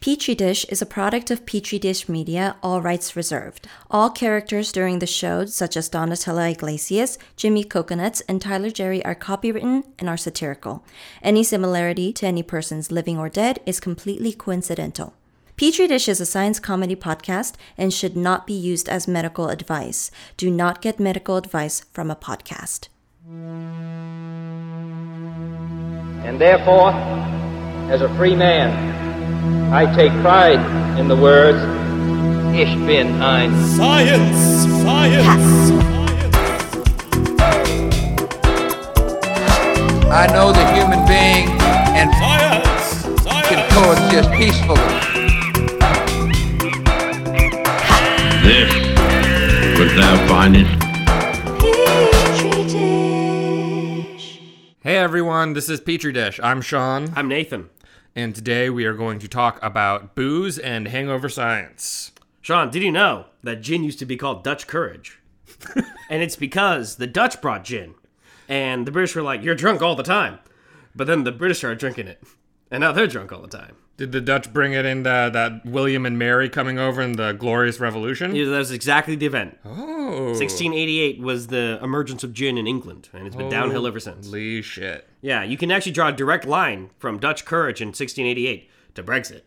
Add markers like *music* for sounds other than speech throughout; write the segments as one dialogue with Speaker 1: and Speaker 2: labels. Speaker 1: Petri Dish is a product of Petri Dish Media, all rights reserved. All characters during the show, such as Donatella Iglesias, Jimmy Coconuts, and Tyler Jerry, are copywritten and are satirical. Any similarity to any persons living or dead is completely coincidental. Petri Dish is a science comedy podcast and should not be used as medical advice. Do not get medical advice from a podcast.
Speaker 2: And therefore, as a free man, I take pride in the words, Ich bin ein
Speaker 3: Science! Science!
Speaker 4: I know the human being and
Speaker 3: Science!
Speaker 4: can
Speaker 3: Science!
Speaker 4: coexist peacefully.
Speaker 5: This could thou find it?
Speaker 6: Hey everyone, this is Petri Dish. I'm Sean,
Speaker 7: I'm Nathan.
Speaker 6: and today we are going to talk about booze and hangover science.
Speaker 7: Sean, did you know that gin used to be called
Speaker 6: *laughs*
Speaker 7: Dutch Courage? and it's because the Dutch brought gin. And the British were like, you're drunk all the time. But then the British started drinking it. And now they're drunk all the time.
Speaker 6: Did the Dutch bring it in the, that William and Mary coming over in the Glorious Revolution?
Speaker 7: Yeah, That was exactly the event.
Speaker 6: Oh,
Speaker 7: 1688 was the emergence of gin in England. And it's been downhill ever since.
Speaker 6: Holy shit!
Speaker 7: Yeah, you can actually draw a direct line from Dutch Courage in 1688 to Brexit.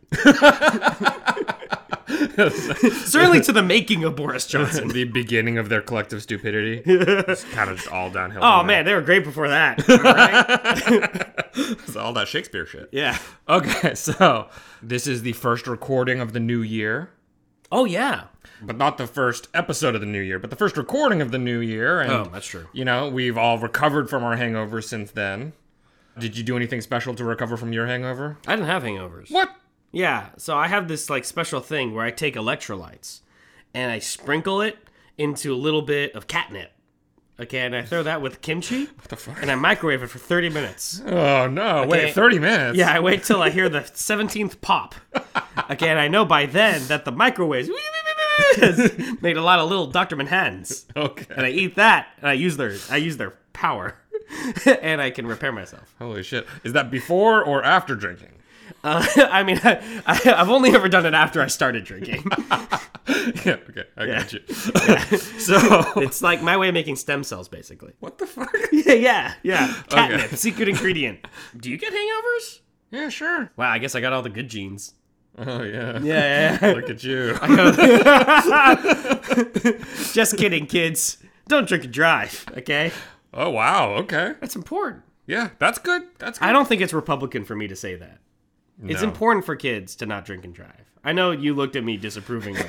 Speaker 6: *laughs*
Speaker 7: Certainly to the making of Boris
Speaker 6: *laughs*
Speaker 7: Johnson.
Speaker 6: the beginning of their collective
Speaker 7: *laughs*
Speaker 6: stupidity. it's kind of just all downhill.
Speaker 7: Oh,
Speaker 6: from there.
Speaker 7: man, they were great
Speaker 6: *laughs*
Speaker 7: before that. All right?
Speaker 6: It's all that Shakespeare shit.
Speaker 7: Yeah.
Speaker 6: Okay, *laughs* so this is the first recording of the new year.
Speaker 7: Oh, yeah.
Speaker 6: but not the first episode of the new year, but the first recording of the new year. And,
Speaker 7: Oh, that's true.
Speaker 6: You know, we've all recovered from our hangover since then. Did you do anything special to recover from your hangover?
Speaker 7: I didn't have hangovers.
Speaker 6: What?
Speaker 7: Yeah, so I have this like special thing where I take electrolytes and I sprinkle it into a little bit of catnip. Okay, and I throw that with kimchi. *laughs* What the
Speaker 6: fuck?
Speaker 7: And I microwave it for 30 *laughs* minutes.
Speaker 6: Oh no! Wait,
Speaker 7: Okay.
Speaker 6: thirty minutes.
Speaker 7: Yeah, I wait till I hear the 17th pop. Okay, and I know by then that the microwave has *laughs* made a lot of little Dr. Manhattans. And
Speaker 6: Okay.
Speaker 7: I eat that and I use their I use their power. *laughs* and I can repair myself.
Speaker 6: Holy shit! Is that before or after drinking?
Speaker 7: Uh, *laughs* I mean, I, I, I've only ever done it after I started *laughs* drinking.
Speaker 6: *laughs* yeah. *laughs* Okay, I got you.
Speaker 7: So it's like my way of making stem cells, basically.
Speaker 6: what the fuck?
Speaker 7: *laughs* Yeah, yeah, *laughs* yeah. Catnip,
Speaker 6: Okay.
Speaker 7: secret ingredient. *laughs* Do you get hangovers?
Speaker 6: Yeah, sure.
Speaker 7: Wow, I guess I got all the good genes.
Speaker 6: *laughs* Oh yeah.
Speaker 7: Yeah, yeah.
Speaker 6: Look at you.
Speaker 7: *laughs* Just kidding, kids. Don't drink and drive. Okay,
Speaker 6: oh wow. Okay.
Speaker 7: that's important.
Speaker 6: Yeah, that's good. That's good.
Speaker 7: I don't think it's Republican for me to say that. It's
Speaker 6: No.
Speaker 7: important for kids to not drink and drive. I know you looked at me disapprovingly.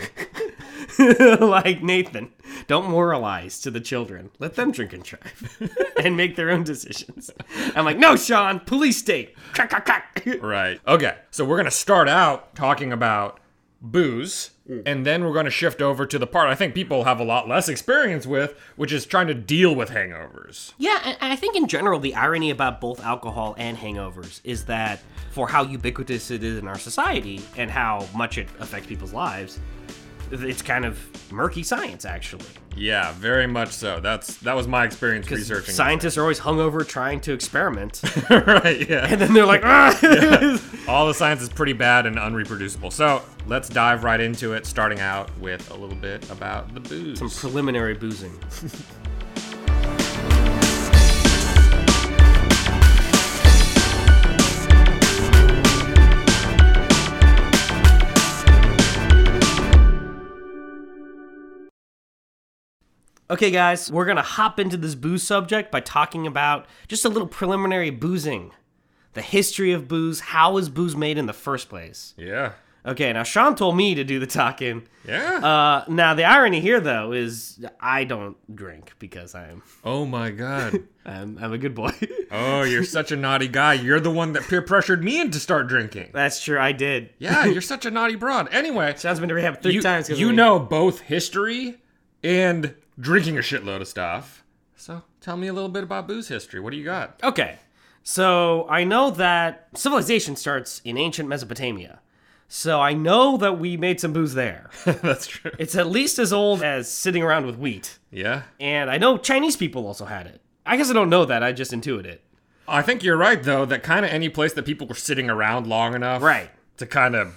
Speaker 7: *laughs* like Nathan, don't moralize to the children. Let them drink and drive *laughs* and make their own decisions. I'm like, no, Sean, police state. Crack, crack, crack.
Speaker 6: Right. Okay. So we're going to start out talking about booze, and then we're going to shift over to the part I think people have a lot less experience with, which is trying to deal with hangovers.
Speaker 7: *laughs* Yeah, and and I think in general, the irony about both alcohol and hangovers is that for how ubiquitous it is in our society and how much it affects people's lives, it's kind of murky science, actually.
Speaker 6: Yeah, very much so. That's that was my experience researching.
Speaker 7: Scientists are always hungover trying to experiment. *laughs*
Speaker 6: this. *laughs* right. Yeah.
Speaker 7: and they're like, *laughs* "Ah."
Speaker 6: All the science is pretty bad and unreproducible. So let's dive right into it, starting out with a little bit about the booze.
Speaker 7: Some preliminary boozing. Okay, guys, we're gonna hop into this booze subject by talking about just a little preliminary boozing. The history of booze, how was booze made in the first place?
Speaker 6: yeah.
Speaker 7: Okay, now Sean told me to do the talking.
Speaker 6: Yeah.
Speaker 7: Uh, now the irony here, though, is I don't drink because I'm
Speaker 6: oh my
Speaker 7: *laughs*
Speaker 6: god.
Speaker 7: I'm, I'm a good boy.
Speaker 6: Oh, you're such a naughty guy. You're the one that peer pressured me into start drinking.
Speaker 7: *laughs* That's true. I did.
Speaker 6: Yeah, you're such a naughty broad. Anyway,
Speaker 7: Sean's been to rehab three
Speaker 6: you,
Speaker 7: times. 'cause
Speaker 6: you
Speaker 7: of me.
Speaker 6: know both history and drinking a shitload of stuff. So tell me a little bit about booze history. What do you got? *laughs*
Speaker 7: Okay, so I know that civilization starts in ancient Mesopotamia. So I know that we made some booze *laughs* there.
Speaker 6: That's true.
Speaker 7: it's at least as old as sitting around with wheat.
Speaker 6: Yeah.
Speaker 7: And I know Chinese people also had it. I guess I don't know that. I just intuit it.
Speaker 6: I think you're right though that kind of any place that people were sitting around long enough
Speaker 7: Right.
Speaker 6: to kind of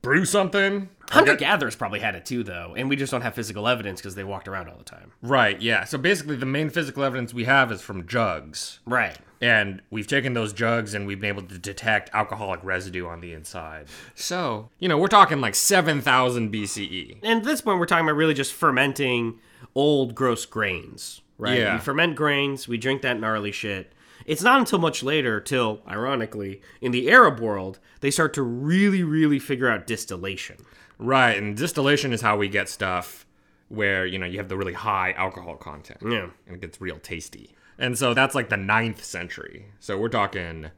Speaker 6: brew something.
Speaker 7: Hunter gatherers probably had it too, though, and we just don't have physical evidence because they walked around all the time.
Speaker 6: Right, yeah. So basically, the main physical evidence we have is from jugs.
Speaker 7: Right.
Speaker 6: And we've taken those jugs and we've been able to detect alcoholic residue on the inside. So, you know, we're talking like 7,000 BCE.
Speaker 7: And at this point, we're talking about really just fermenting old, gross grains, right?
Speaker 6: Yeah.
Speaker 7: We ferment grains, we drink that gnarly shit. It's not until much later, till, ironically, in the Arab world, they start to really, really figure out distillation.
Speaker 6: Right, and distillation is how we get stuff where, you know, you have the really high alcohol content.
Speaker 7: Yeah.
Speaker 6: And it gets real tasty. And so that's like the ninth century. So we're talking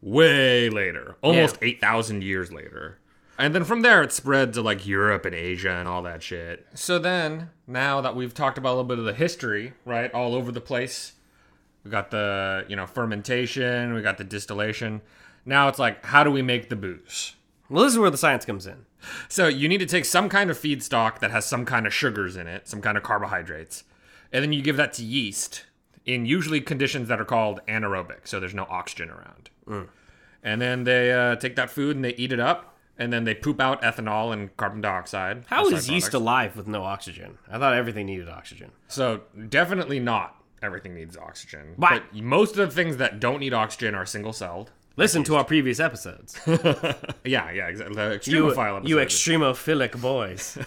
Speaker 6: way later, almost 8,000 years later. And then from there, it spread to like Europe and Asia and all that shit. So then, now that we've talked about a little bit of the history, right, all over the place, we got the, you know, fermentation, we got the distillation. Now it's like, how do we make the booze?
Speaker 7: Well, this is where the science comes in.
Speaker 6: So you need to take some kind of feedstock that has some kind of sugars in it, some kind of carbohydrates, and then you give that to yeast in usually conditions that are called anaerobic, so there's no oxygen around.
Speaker 7: Mm.
Speaker 6: And then they uh, take that food and they eat it up, and then they poop out ethanol and carbon dioxide.
Speaker 7: How
Speaker 6: as
Speaker 7: is
Speaker 6: side
Speaker 7: yeast
Speaker 6: products.
Speaker 7: alive with no oxygen? I thought everything needed oxygen.
Speaker 6: So definitely not everything needs oxygen.
Speaker 7: Why?
Speaker 6: But most of the things that don't need oxygen are single celled.
Speaker 7: Listen to our previous episodes.
Speaker 6: *laughs* Yeah, yeah, exactly. The
Speaker 7: you,
Speaker 6: extremophile
Speaker 7: you
Speaker 6: episode. *laughs*
Speaker 7: extremophilic boys.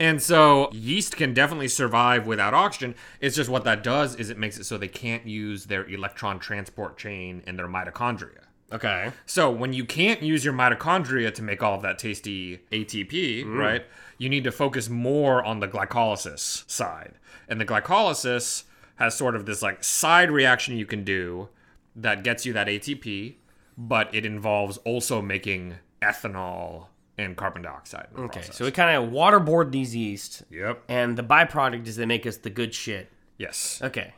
Speaker 6: And so yeast can definitely survive without oxygen. It's just what that does is it makes it so they can't use their electron transport chain and their mitochondria.
Speaker 7: okay.
Speaker 6: So when you can't use your mitochondria to make all of that tasty ATP,
Speaker 7: Mm.
Speaker 6: right? You need to focus more on the glycolysis side. And the glycolysis has sort of this like side reaction you can do that gets you that ATP, but it involves also making ethanol and carbon dioxide. in the
Speaker 7: Okay.
Speaker 6: process.
Speaker 7: So we kind of waterboard these yeast,
Speaker 6: Yep.
Speaker 7: and the byproduct is they make us the good shit.
Speaker 6: Yes.
Speaker 7: Okay.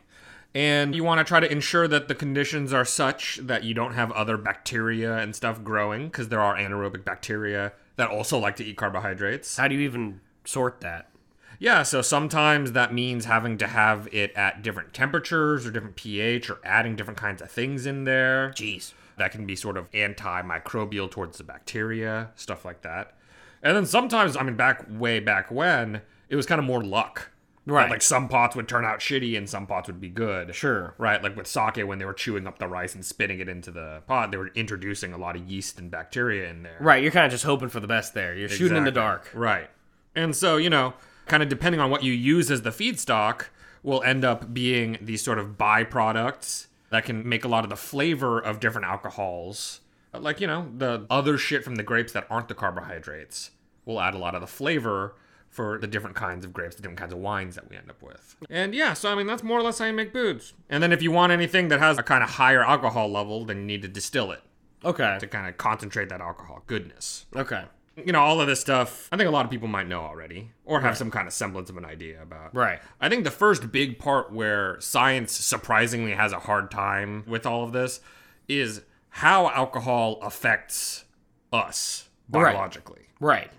Speaker 6: And you want to try to ensure that the conditions are such that you don't have other bacteria and stuff growing, because there are anaerobic bacteria that also like to eat carbohydrates.
Speaker 7: How do you even sort that?
Speaker 6: Yeah, so sometimes that means having to have it at different temperatures or different pH or adding different kinds of things in there.
Speaker 7: Jeez.
Speaker 6: That can be sort of antimicrobial towards the bacteria, stuff like that. And then sometimes, I mean, back way back when, it was kind of more luck.
Speaker 7: Right.
Speaker 6: Like some pots would turn out shitty and some pots would be good.
Speaker 7: Sure.
Speaker 6: Right. Like with sake, when they were chewing up the rice and spitting it into the pot, they were introducing a lot of yeast and bacteria in there.
Speaker 7: Right, you're kind of just hoping for the best there. You're shooting in the
Speaker 6: Exactly.
Speaker 7: dark.
Speaker 6: Right. And so, you know, kind of depending on what you use as the feedstock, will end up being these sort of byproducts that can make a lot of the flavor of different alcohols. Like, you know, the other shit from the grapes that aren't the carbohydrates will add a lot of the flavor for the different kinds of grapes, the different kinds of wines that we end up with. And yeah, so I mean, that's more or less how you make booze. And then if you want anything that has a kind of higher alcohol level, then you need to distill it
Speaker 7: Okay.
Speaker 6: to kind of concentrate that alcohol goodness
Speaker 7: Okay.
Speaker 6: you know, all of this stuff, I think a lot of people might know already or have some kind of semblance of an idea about.
Speaker 7: Right.
Speaker 6: I think the first big part where science surprisingly has a hard time with all of this is how alcohol affects us
Speaker 7: Right.
Speaker 6: biologically.
Speaker 7: Right.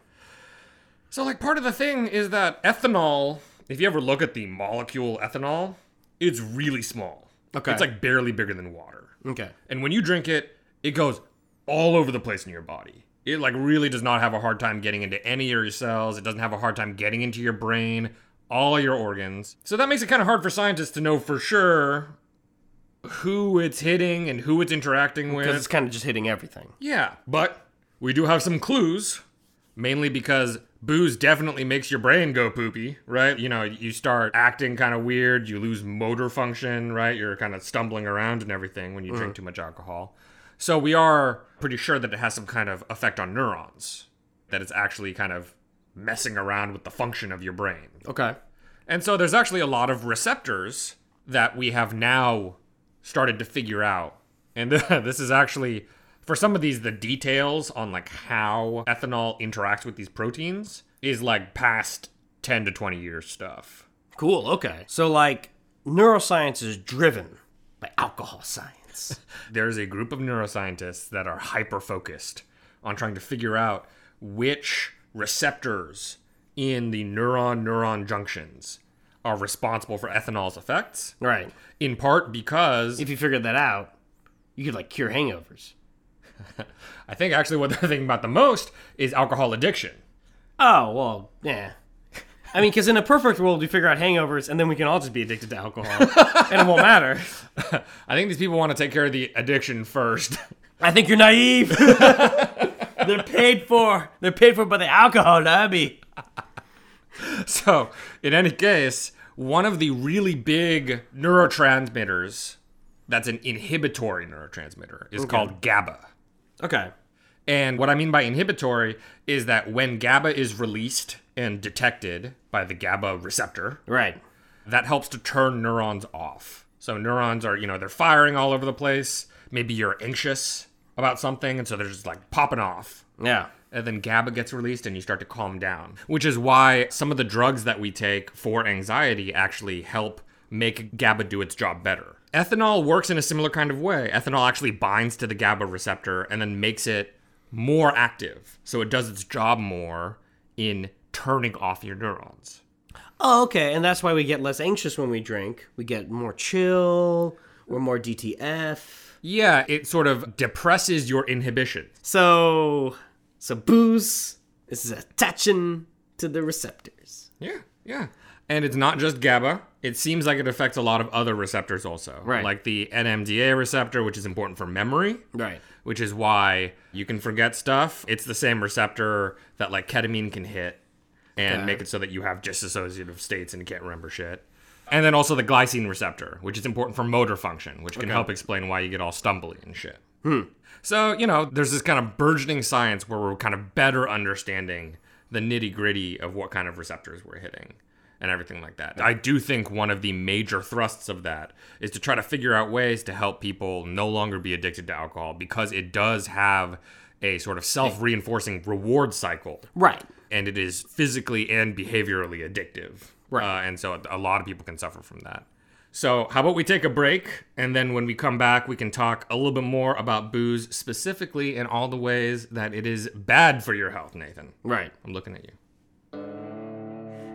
Speaker 6: So, like, part of the thing is that ethanol, if you ever look at the molecule ethanol, it's really small.
Speaker 7: Okay.
Speaker 6: It's like barely bigger than water.
Speaker 7: Okay.
Speaker 6: And when you drink it, it goes all over the place in your body. It like really does not have a hard time getting into any of your cells. It doesn't have a hard time getting into your brain, all your organs. So that makes it kind of hard for scientists to know for sure who it's hitting and who it's interacting with.
Speaker 7: Because it's kind of just hitting everything.
Speaker 6: Yeah, but we do have some clues, mainly because booze definitely makes your brain go poopy, right? You know, you start acting kind of weird, you lose motor function, right? You're kind of stumbling around and everything when you drink too much alcohol. So we are pretty sure that it has some kind of effect on neurons, that it's actually kind of messing around with the function of your brain.
Speaker 7: Okay.
Speaker 6: And so there's actually a lot of receptors that we have now started to figure out. And *laughs* this is actually, for some of these, the details on like how ethanol interacts with these proteins is like past 10 to 20 years stuff.
Speaker 7: Cool. Okay. So, like, neuroscience is driven by alcohol science. *laughs*
Speaker 6: there's a group of neuroscientists that are hyper focused on trying to figure out which receptors in the neuron neuron junctions are responsible for ethanol's effects.
Speaker 7: right.
Speaker 6: In part because
Speaker 7: If you figured that out, you could, like, cure hangovers.
Speaker 6: I think actually what *laughs* they're thinking about the most is alcohol addiction. *laughs*
Speaker 7: Oh well, yeah. I mean, because in a perfect world, we figure out hangovers, and then we can all just be addicted to alcohol, *laughs* and it won't matter.
Speaker 6: I think these people want to take care of the addiction first. *laughs*
Speaker 7: I think you're naive. *laughs* They're paid for. They're paid for by the alcohol lobby.
Speaker 6: so, in any case, one of the really big neurotransmitters that's an inhibitory neurotransmitter is called GABA.
Speaker 7: Okay.
Speaker 6: And what I mean by inhibitory is that when GABA is released and detected by the GABA receptor,
Speaker 7: Right.
Speaker 6: that helps to turn neurons off. So neurons are, you know, they're firing all over the place. Maybe you're anxious about something, and so they're just like popping off.
Speaker 7: Yeah.
Speaker 6: And then GABA gets released and you start to calm down, which is why some of the drugs that we take for anxiety actually help make GABA do its job better. Ethanol works in a similar kind of way. Ethanol actually binds to the GABA receptor and then makes it more active. So it does its job more in turning off your neurons.
Speaker 7: Oh, okay. And that's why we get less anxious when we drink. We get more chill. We're more DTF.
Speaker 6: Yeah, it sort of depresses your inhibition.
Speaker 7: So, so booze is attaching to the receptors.
Speaker 6: Yeah, yeah. And it's not just GABA. It seems like it affects a lot of other receptors also.
Speaker 7: Right.
Speaker 6: Like the NMDA receptor, which is important for memory,
Speaker 7: Right.
Speaker 6: which is why you can forget stuff. It's the same receptor that like ketamine can hit and make it so that you have dissociative states and you can't remember shit. And then also the glycine receptor, which is important for motor function, which can help explain why you get all stumbly and shit. So, you know, there's this kind of burgeoning science where we're kind of better understanding the nitty gritty of what kind of receptors we're hitting and everything like that. I do think one of the major thrusts of that is to try to figure out ways to help people no longer be addicted to alcohol because it does have a sort of self reinforcing reward cycle
Speaker 7: Right.
Speaker 6: and it is physically and behaviorally addictive. Right. and so a lot of people can suffer from that. So, how about we take a break? And then when we come back, we can talk a little bit more about booze specifically and all the ways that it is bad for your health, Nathan.
Speaker 7: Right.
Speaker 6: I'm looking at you.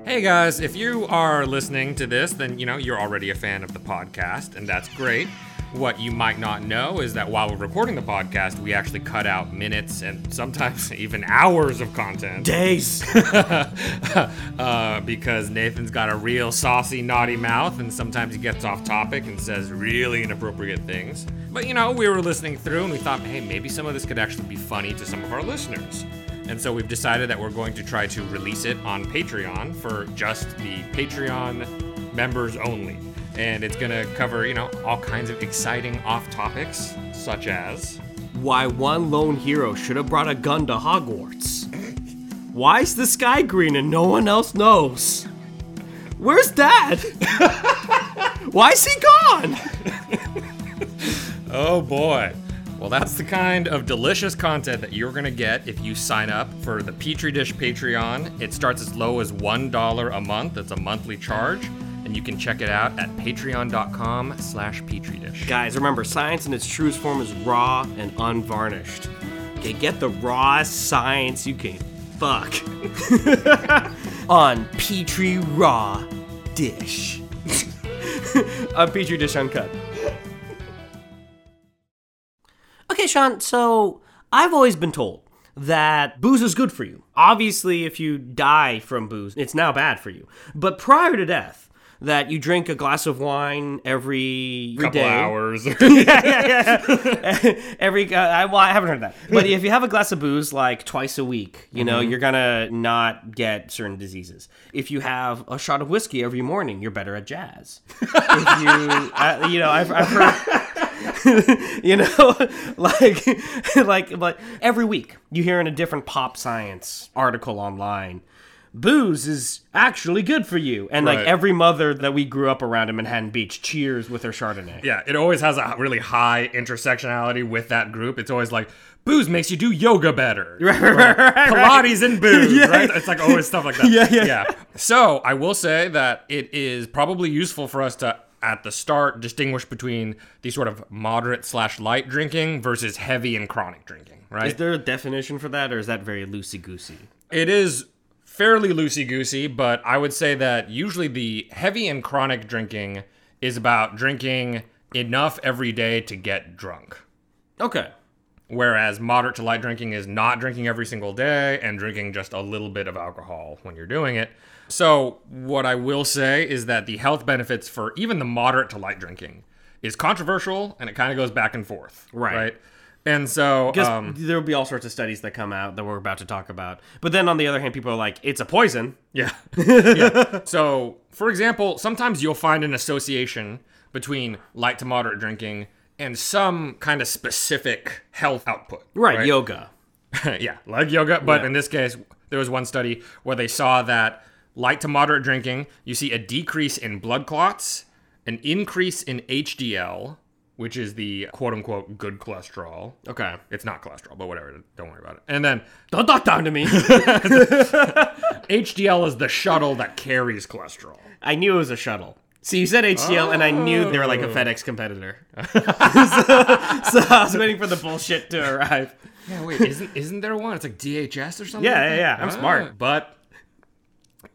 Speaker 6: Hey guys, if you are listening to this, then you know you're already a fan of the podcast, and that's great. What you might not know is that while we're recording the podcast, we actually cut out minutes and sometimes *laughs* even hours of content
Speaker 7: Days.
Speaker 6: *laughs* uh, because Nathan's got a real saucy, naughty mouth, and sometimes he gets off topic and says really inappropriate things. But you know, we were listening through and we thought, hey, maybe some of this could actually be funny to some of our listeners. And so we've decided that we're going to try to release it on Patreon for just the Patreon members only. And it's gonna cover, you know, all kinds of exciting off topics, such as
Speaker 7: Why one lone hero should have brought a gun to Hogwarts. Why's the sky green and no one else knows? Where's Dad? *laughs* Why's he gone?
Speaker 6: Oh boy. Well, that's the kind of delicious content that you're going to get if you sign up for the Petri Dish Patreon. It starts as low as $1 a month. It's a monthly charge, and you can check it out at patreon.com slash Petri Dish.
Speaker 7: Guys, remember, science in its truest form is raw and unvarnished. Okay, get the raw science you can *laughs* fuck on Petri Raw *laughs* Dish. on Petri Dish Uncut. Okay, Sean, so I've always been told that booze is good for you. Obviously, if you die from booze, it's now bad for you. But prior to death, that you drink a glass of wine every
Speaker 6: Couple
Speaker 7: day.
Speaker 6: hours. *laughs*
Speaker 7: *laughs* every uh, I, well, I haven't heard that. But if you have a glass of booze like twice a week, you know you're gonna not get certain diseases. If you have a shot of whiskey every morning, you're better at jazz. if you, uh, you know, I've, I've heard. *laughs* you know, like, like, like every week you hear in a different pop science article online. Booze is actually good for you, and like
Speaker 6: Right.
Speaker 7: every mother that we grew up around in Manhattan Beach cheers with her Chardonnay.
Speaker 6: yeah, it always has a really high intersectionality with that group. It's always like, booze makes you do yoga better. Pilates
Speaker 7: *laughs*
Speaker 6: and booze, right? It's like always stuff like that.
Speaker 7: Yeah, yeah.
Speaker 6: So I will say that it is probably useful for us to, at the start, distinguish between the sort of moderate slash light drinking versus heavy and chronic drinking, right?
Speaker 7: Is there a definition for that, or is that very loosey goosey?
Speaker 6: it is fairly loosey goosey, but I would say that usually the heavy and chronic drinking is about drinking enough every day to get drunk.
Speaker 7: Okay.
Speaker 6: Whereas moderate to light drinking is not drinking every single day and drinking just a little bit of alcohol when you're doing it. So, what I will say is that the health benefits for even the moderate to light drinking is controversial and it kind of goes back and forth.
Speaker 7: Right.
Speaker 6: And so,
Speaker 7: Because *laughs*
Speaker 6: um,
Speaker 7: there will be all sorts of studies that come out that we're about to talk about. But then on the other hand, people are like, it's a poison. *laughs*
Speaker 6: Yeah. Yeah. So, for example, sometimes you'll find an association between light to moderate drinking and some kind of specific health output.
Speaker 7: Right, yoga.
Speaker 6: *laughs* yeah, like yoga. But
Speaker 7: Yeah.
Speaker 6: in this case, there was one study where they saw that light to moderate drinking, you see a decrease in blood clots, an increase in HDL, which is the quote unquote good cholesterol.
Speaker 7: Okay.
Speaker 6: It's not cholesterol, but whatever. Don't worry about it. And *laughs* then
Speaker 7: Don't talk down
Speaker 6: *laughs*
Speaker 7: to me.
Speaker 6: HDL is the shuttle that carries cholesterol.
Speaker 7: I knew it was a shuttle. See, you said HDL, and I knew they were like a FedEx competitor. *laughs* so, so I was waiting for the bullshit to arrive.
Speaker 6: Yeah, wait, isn't isn't there one? It's like DHS or something.
Speaker 7: Yeah,
Speaker 6: like
Speaker 7: yeah,
Speaker 6: that? Ah.
Speaker 7: yeah, I'm smart.
Speaker 6: But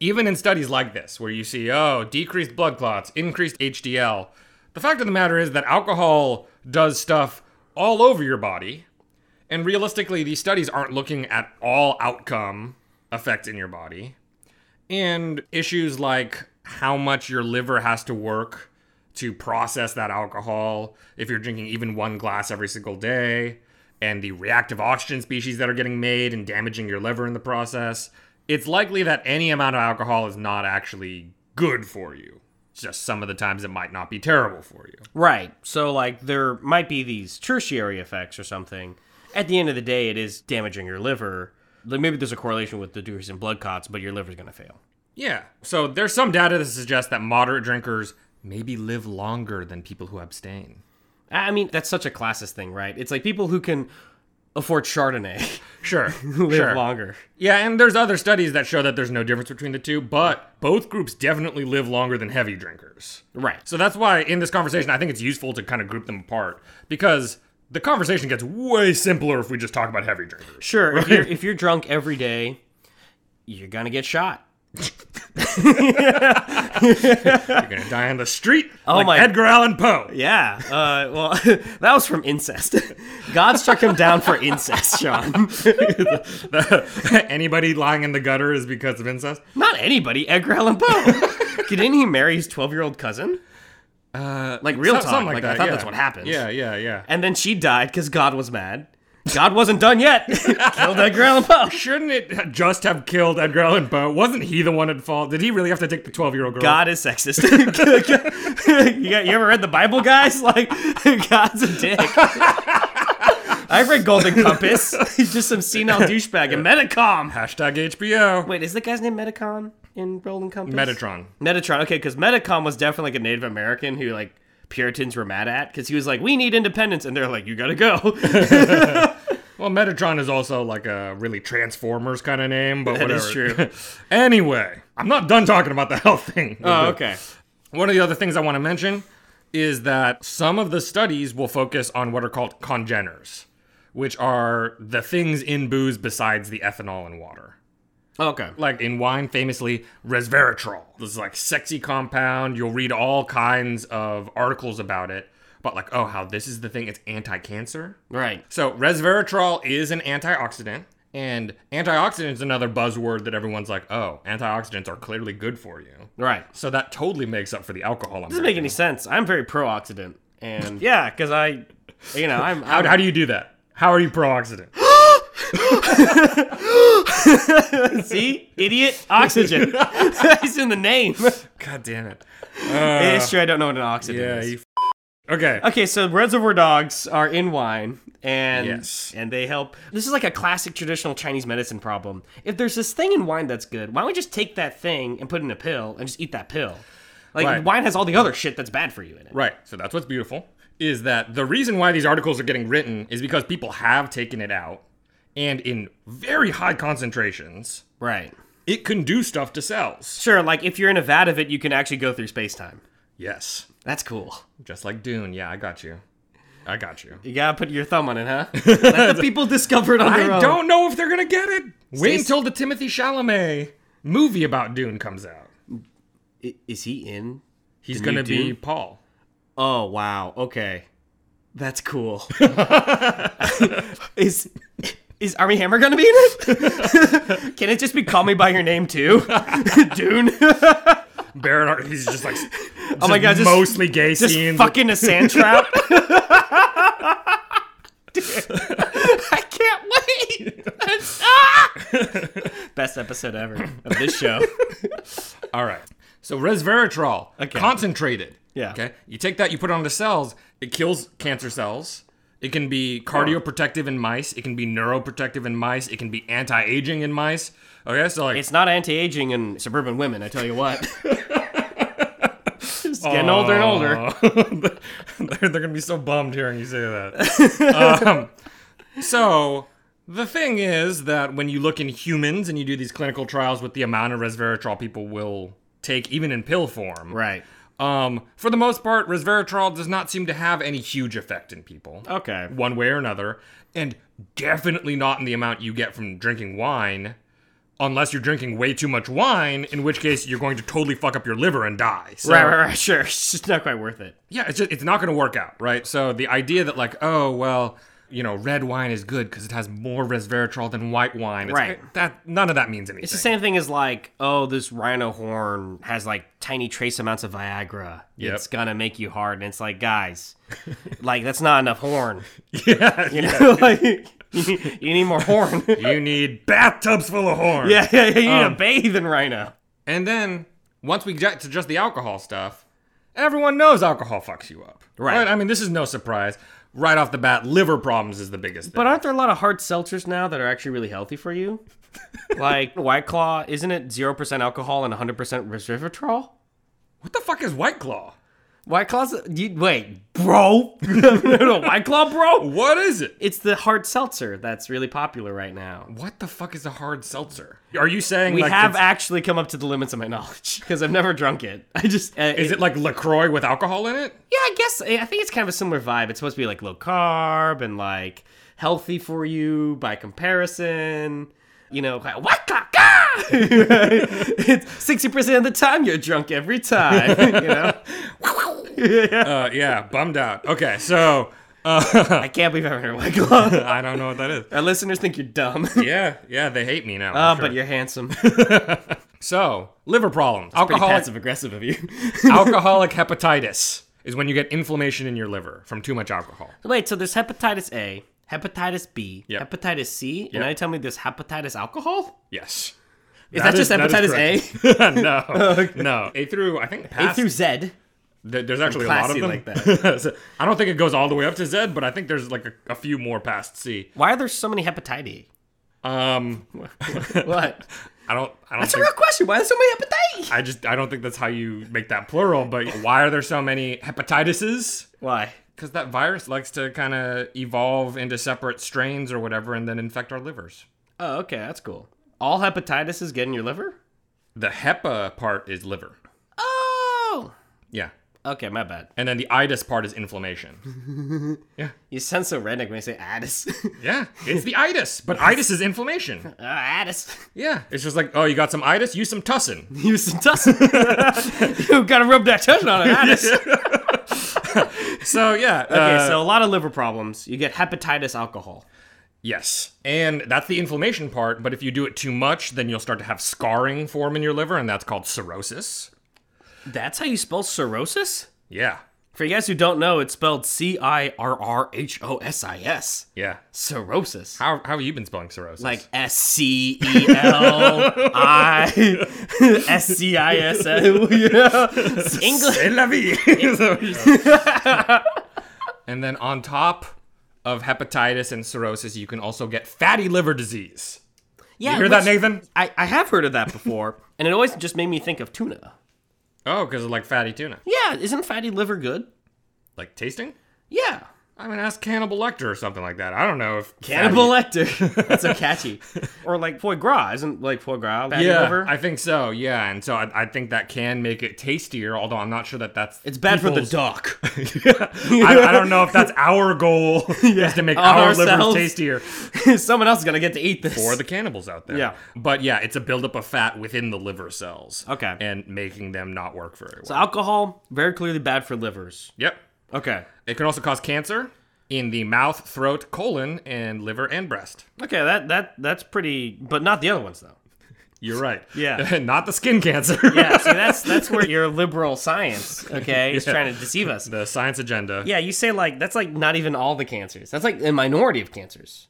Speaker 6: even in studies like this, where you see oh decreased blood clots, increased HDL, the fact of the matter is that alcohol does stuff all over your body, and realistically, these studies aren't looking at all outcome effects in your body, and issues like how much your liver has to work to process that alcohol if you're drinking even one glass every single day and the reactive oxygen species that are getting made and damaging your liver in the process it's likely that any amount of alcohol is not actually good for you It's just some of the times it might not be terrible for you
Speaker 7: Right. So, like, there might be these tertiary effects or something. At the end of the day, it is damaging your liver. Like, Maybe there's a correlation with the decrease in blood clots, but your liver's going to fail.
Speaker 6: yeah so there's some data that suggests that moderate drinkers maybe live longer than people who abstain
Speaker 7: I I mean, that's such a classist thing, right? It's like people who can afford Chardonnay *laughs*
Speaker 6: *laughs* sure
Speaker 7: live
Speaker 6: sure.
Speaker 7: longer.
Speaker 6: Yeah, and there's other studies that show that there's no difference between the two, but both groups definitely live longer than heavy drinkers.
Speaker 7: Right.
Speaker 6: So that's why in this conversation, I think it's useful to kind of group them apart because the conversation gets way simpler if we just talk about heavy drinkers.
Speaker 7: Sure. If, you're, if you're drunk every day, you're going to get shot.
Speaker 6: You're gonna die on the street
Speaker 7: *laughs* Oh
Speaker 6: like
Speaker 7: my-
Speaker 6: Edgar Allan
Speaker 7: *laughs*
Speaker 6: Poe. *laughs*
Speaker 7: Yeah. Uh, well, *laughs* that was from incest. *laughs* God struck him down for incest, Sean. *laughs*
Speaker 6: Anybody lying in the gutter is because of incest.
Speaker 7: Not anybody. Edgar Allan
Speaker 6: *laughs*
Speaker 7: Poe. Didn't he marry his 12 year old cousin? Uh, like real
Speaker 6: Some-
Speaker 7: talk.
Speaker 6: something
Speaker 7: Like,
Speaker 6: like
Speaker 7: I
Speaker 6: that,
Speaker 7: thought
Speaker 6: yeah.
Speaker 7: that's what happened.
Speaker 6: Yeah, yeah, yeah.
Speaker 7: And then she died because God was mad. God wasn't done
Speaker 6: *laughs*
Speaker 7: yet. Killed Edgar Allan Poe.
Speaker 6: Shouldn't it just have killed Edgar Allan Poe? Wasn't he the one at fault? Did he really have to take the 12 year old girl?
Speaker 7: God
Speaker 6: *laughs*
Speaker 7: is sexist. you, got- you ever read the Bible, guys? Like, God's a
Speaker 6: *laughs*
Speaker 7: dick. I've read Golden Compass. He's just some senile douchebag in Metacom.
Speaker 6: Hashtag HBO.
Speaker 7: Wait, is the guy's name Metacom in Golden Compass?
Speaker 6: Metatron.
Speaker 7: Metatron. Okay, because Metacom was definitely like a Native American who like Puritans were mad at because he was like, "We need independence," and they're like, "You
Speaker 6: *laughs*
Speaker 7: gotta go."
Speaker 6: Well, Metatron is also like a really Transformers kind of name, but
Speaker 7: That
Speaker 6: whatever.
Speaker 7: is true.
Speaker 6: *laughs*
Speaker 7: Oh,
Speaker 6: anyway, I'm not done talking about the *laughs* health thing.
Speaker 7: okay.
Speaker 6: One of the other things I want to mention is that some of the studies will focus on what are called congeners, which are the things in booze besides the ethanol and water.
Speaker 7: *laughs* Okay.
Speaker 6: Like in wine, famously, resveratrol. This is like sexy compound. You'll read all kinds of articles about it, but like, oh, how this is the thing. It's anti-cancer.
Speaker 7: Right.
Speaker 6: So resveratrol is an antioxidant, and antioxidant is another buzzword that everyone's like, oh, antioxidants are clearly good for you.
Speaker 7: Right.
Speaker 6: So that totally makes up for the alcohol. I'm
Speaker 7: Doesn't make any sense. I'm very pro-oxidant, and yeah, because I, you know, I'm.
Speaker 6: How,
Speaker 7: I'm
Speaker 6: how do you do that? How are you pro-oxidant? *gasps*
Speaker 7: see, idiot, oxygen. *laughs* It's in
Speaker 6: *laughs*
Speaker 7: the name.
Speaker 6: God damn it.
Speaker 7: it's true. I don't know what an oxidant
Speaker 6: Uh, Yeah.
Speaker 7: is.
Speaker 6: You f- okay.
Speaker 7: Okay, so reservoir dogs are in wine and
Speaker 6: Yes.
Speaker 7: and they help. This is like a classic traditional Chinese medicine problem. If there's this thing in wine that's good, why don't we just take that thing and put it in a pill and just eat that pill? Like
Speaker 6: Right.
Speaker 7: wine has all the other shit that's bad for you in it.
Speaker 6: Right. So that's what's beautiful is that the reason why these articles are getting written is because people have taken it out, and in very high concentrations,
Speaker 7: Right.
Speaker 6: it can do stuff to cells.
Speaker 7: Sure, like if you're in a vat of it, you can actually go through space-time.
Speaker 6: Yes.
Speaker 7: That's cool.
Speaker 6: Just like Dune. Yeah, I got you. I got you.
Speaker 7: You gotta put your thumb on it, huh? Let the people discover it on their
Speaker 6: I
Speaker 7: own.
Speaker 6: don't know if they're gonna get it. Wait
Speaker 7: Stacy-
Speaker 6: until the Timothy Chalamet movie about Dune comes out.
Speaker 7: I- Is he in?
Speaker 6: He's
Speaker 7: The new
Speaker 6: gonna be
Speaker 7: Dune?
Speaker 6: Paul.
Speaker 7: Oh wow. Okay.
Speaker 6: *laughs*
Speaker 7: That's cool. *laughs* is is Army Hammer gonna be in
Speaker 6: *laughs*
Speaker 7: it? Can it just be Call Me by Your Name too, Dune?
Speaker 6: Barrett, he's just like,
Speaker 7: *laughs* oh my god, just,
Speaker 6: mostly gay
Speaker 7: just
Speaker 6: scenes. *laughs*
Speaker 7: fucking *laughs* a sand trap. Dude, I can't wait. That's- ah! Best episode ever of this show.
Speaker 6: All right. So resveratrol,
Speaker 7: Okay.
Speaker 6: concentrated.
Speaker 7: Yeah.
Speaker 6: Okay. You take that, you put it onto cells. It kills cancer cells. It can be cardioprotective in mice. It can be neuroprotective in mice. It can be anti-aging in mice. Okay. So like,
Speaker 7: It's not anti-aging in suburban women, I tell you what.
Speaker 6: *laughs*
Speaker 7: It's getting older and older.
Speaker 6: older. *laughs* they're they're gonna be so bummed hearing you say that.
Speaker 7: *laughs*
Speaker 6: um, so the thing is that when you look in humans and you do these clinical trials with the amount of resveratrol people will take, even in pill form,
Speaker 7: Right.
Speaker 6: Um, for the most part, resveratrol does not seem to have any huge effect in people.
Speaker 7: Okay.
Speaker 6: One way or another, and definitely not in the amount you get from drinking wine, unless you're drinking way too much wine, in which case you're going to totally fuck up your liver and die. So,
Speaker 7: Right, right, right. Sure. It's just not quite worth it.
Speaker 6: Yeah, it's just, it's not going to work out, right? So the idea that like, oh well, you know, red wine is good because it has more resveratrol than white wine. It's-
Speaker 7: Right.
Speaker 6: That none of that means anything.
Speaker 7: It's the same thing as like, oh, this rhino horn has like tiny trace amounts of Viagra.
Speaker 6: Yep.
Speaker 7: It's gonna make you hard, and it's like, guys, *laughs* like that's not enough horn.
Speaker 6: *laughs* Yeah.
Speaker 7: You know, *laughs* like you need
Speaker 6: *laughs*
Speaker 7: more horn. *laughs*
Speaker 6: you need bathtubs full of horn.
Speaker 7: yeah, yeah, yeah. You
Speaker 6: Um,
Speaker 7: need to bathe in rhino.
Speaker 6: And then once we get to just the alcohol stuff, everyone knows alcohol fucks you up.
Speaker 7: Right.
Speaker 6: I mean, this is no surprise. Right off the bat, liver problems is the biggest
Speaker 7: But
Speaker 6: thing.
Speaker 7: aren't there a lot of hard seltzers now that are actually really healthy
Speaker 6: *laughs*
Speaker 7: for you? like White Claw, isn't it zero percent alcohol and hundred percent resveratrol?
Speaker 6: what the fuck is White Claw?
Speaker 7: White Claw's you, wait, bro. *laughs* no, no, White Claw, bro.
Speaker 6: What is it?
Speaker 7: It's the hard seltzer that's really popular right now.
Speaker 6: What the fuck is a hard seltzer? Are you saying
Speaker 7: We
Speaker 6: like
Speaker 7: have
Speaker 6: it's-
Speaker 7: actually come up to the limits of my knowledge *laughs* because I've never drunk it. I just uh,
Speaker 6: is it like Lacroix with alcohol in it?
Speaker 7: Yeah, I guess I think it's kind of a similar vibe. It's supposed to be like low carb and like healthy for you by comparison. You know, *laughs* it's sixty percent of the time you're drunk every time. *laughs* You know,
Speaker 6: Uh, yeah, bummed out. Okay, so uh,
Speaker 7: I can't believe I haven't heard White Claw.
Speaker 6: I don't know what that is.
Speaker 7: Our listeners think you're dumb, *laughs*
Speaker 6: Yeah, yeah, they hate me now.
Speaker 7: uh,
Speaker 6: I'm sure.
Speaker 7: but you're handsome. *laughs*
Speaker 6: so liver problems,
Speaker 7: Pretty
Speaker 6: alcoholic
Speaker 7: passive *laughs* aggressive of you.
Speaker 6: alcoholic hepatitis is when you get inflammation in your liver from too much alcohol.
Speaker 7: Wait, so there's hepatitis A, hepatitis B,
Speaker 6: Yeah.
Speaker 7: hepatitis C, and
Speaker 6: Yeah.
Speaker 7: now you tell me there's hepatitis alcohol?
Speaker 6: Yes.
Speaker 7: Is that, just hepatitis A?
Speaker 6: A? *laughs* no,
Speaker 7: *laughs*
Speaker 6: no. A through I think
Speaker 7: A
Speaker 6: past,
Speaker 7: through Z?
Speaker 6: th- there's actually a lot of
Speaker 7: classy
Speaker 6: them. *laughs*
Speaker 7: like
Speaker 6: So, I don't think it goes all the way up to Z, but I think there's like a, a few more past C.
Speaker 7: Why are there so many hepatitis?
Speaker 6: Um,
Speaker 7: *laughs* What?
Speaker 6: I don't. I don't.
Speaker 7: *laughs* That's a
Speaker 6: think,
Speaker 7: real question. Why are there so many hepatitis?
Speaker 6: I just I don't think that's how you make that plural. But why are there so many hepatitises?
Speaker 7: Why?
Speaker 6: Because that virus likes to kind of evolve into separate strains or whatever, and then infect our livers.
Speaker 7: Oh, okay, that's cool. All hepatitis is getting your liver?
Speaker 6: The HEPA part is liver.
Speaker 7: Oh.
Speaker 6: Yeah.
Speaker 7: Okay, my bad.
Speaker 6: And then the itis part is inflammation.
Speaker 7: *laughs* You sound so redneck when you say addis. *laughs*
Speaker 6: Yeah, it's the itis, but itis is inflammation.
Speaker 7: oh, addis. *laughs*
Speaker 6: Yeah, it's just like, oh, you got some itis, use some tussin.
Speaker 7: You some tussin. *laughs* you gotta rub that tussin on it, *laughs* addis.
Speaker 6: So yeah,
Speaker 7: *laughs* Okay,
Speaker 6: uh,
Speaker 7: so a lot of liver problems. You get hepatitis alcohol.
Speaker 6: yes, and that's the inflammation part. But if you do it too much, then you'll start to have scarring form in your liver, and that's called cirrhosis.
Speaker 7: That's how you spell cirrhosis?
Speaker 6: Yeah,
Speaker 7: For you guys who don't know, it's spelled C I R R H O S I S.
Speaker 6: yeah.
Speaker 7: Cirrhosis.
Speaker 6: How, how have you been spelling cirrhosis?
Speaker 7: like
Speaker 6: *laughs*
Speaker 7: S C E L I S C I S *laughs* L. English.
Speaker 6: C'est la *laughs* vie. Is that what you said? and then on top of hepatitis and cirrhosis, you can also get fatty liver disease.
Speaker 7: Yeah,
Speaker 6: You hear that,
Speaker 7: which-
Speaker 6: Nathan?
Speaker 7: I, I have heard of that before, and it always just made me think of tuna.
Speaker 6: Oh, because of like fatty tuna.
Speaker 7: Yeah, isn't fatty liver good?
Speaker 6: Like tasting?
Speaker 7: Yeah.
Speaker 6: I mean, ask Cannibal Lecter or something like that. I don't know if
Speaker 7: Cannibal Lecter. *laughs* That's so catchy. Or like foie gras. Isn't like foie gras fatty
Speaker 6: Fatty, yeah,
Speaker 7: liver?
Speaker 6: I think so. Yeah, and so I, I think that can make it tastier. Although I'm not sure that that's
Speaker 7: it's bad for the
Speaker 6: people's- *laughs*
Speaker 7: duck.
Speaker 6: I, I don't know if
Speaker 7: *laughs*
Speaker 6: that's our goal is to make
Speaker 7: On
Speaker 6: our livers
Speaker 7: ourselves.
Speaker 6: tastier
Speaker 7: *laughs* Someone else is going to get to eat this. *laughs*
Speaker 6: for the cannibals out there.
Speaker 7: Yeah.
Speaker 6: but yeah, it's a buildup of fat within the liver cells.
Speaker 7: Okay.
Speaker 6: and making them not work very well.
Speaker 7: so alcohol, very clearly bad for livers.
Speaker 6: yep,
Speaker 7: Okay.
Speaker 6: it can also cause cancer. in the mouth, throat, colon, and liver and breast.
Speaker 7: Okay, that that that's pretty, but not the other ones though.
Speaker 6: You're right.
Speaker 7: Yeah.
Speaker 6: *laughs* Not the skin cancer.
Speaker 7: Yeah, see, that's that's where your liberal science, okay, is
Speaker 6: Yeah.
Speaker 7: trying to deceive
Speaker 6: *laughs*
Speaker 7: us.
Speaker 6: The science agenda.
Speaker 7: Yeah, you say like that's like not even all the cancers. That's like a minority of cancers,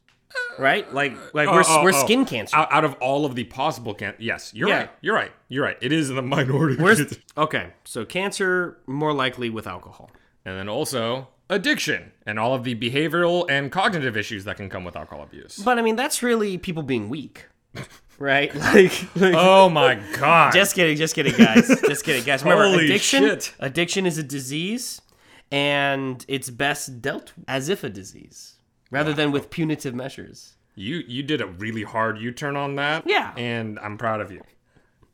Speaker 7: right? Like like we're
Speaker 6: Oh, oh,
Speaker 7: we're
Speaker 6: oh.
Speaker 7: skin cancer.
Speaker 6: Out, out of all of the possible can yes, you're
Speaker 7: Yeah.
Speaker 6: right. You're right. You're right. It is in the *laughs* minority.
Speaker 7: Where's- okay, so cancer more likely with alcohol.
Speaker 6: and then also addiction and all of the behavioral and cognitive issues that can come with alcohol abuse.
Speaker 7: But I mean, that's really people being weak, right? *laughs* Like, like-
Speaker 6: *laughs* oh my god.
Speaker 7: just kidding, just kidding, guys, *laughs* just kidding, guys. Remember,
Speaker 6: Holy
Speaker 7: addiction,
Speaker 6: shit.
Speaker 7: addiction is a disease, and it's best dealt as if a disease, rather than with punitive measures.
Speaker 6: You you did a really hard U-turn on that.
Speaker 7: Yeah.
Speaker 6: And I'm proud of you.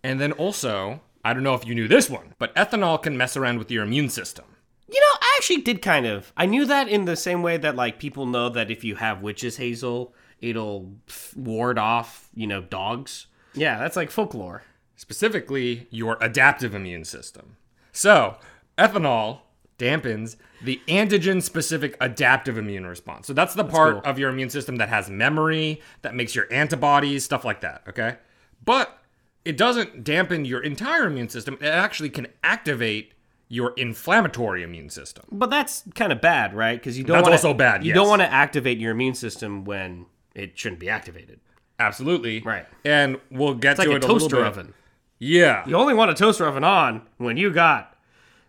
Speaker 6: And then also, I don't know if you knew this one, but ethanol can mess around with your immune system.
Speaker 7: You know, I actually did kind of. I knew that in the same way that like people know that if you have witch's hazel, it'll pff, ward off you know dogs. Yeah, that's like folklore.
Speaker 6: Specifically, your adaptive immune system. So, ethanol dampens the antigen specific adaptive immune response. So that's the part
Speaker 7: cool.
Speaker 6: of your immune system that has memory, that makes your antibodies, stuff like that, okay? But it doesn't dampen your entire immune system. It actually can activate your inflammatory immune system.
Speaker 7: But that's kind of bad, right? Because you don't.
Speaker 6: That's
Speaker 7: wanna,
Speaker 6: also bad,
Speaker 7: You
Speaker 6: yes.
Speaker 7: don't want to activate your immune system when it shouldn't be activated.
Speaker 6: Absolutely.
Speaker 7: Right.
Speaker 6: And we'll get
Speaker 7: It's
Speaker 6: to
Speaker 7: like a
Speaker 6: it a little
Speaker 7: toaster
Speaker 6: bit.
Speaker 7: oven.
Speaker 6: Yeah.
Speaker 7: You only want a toaster oven on when you got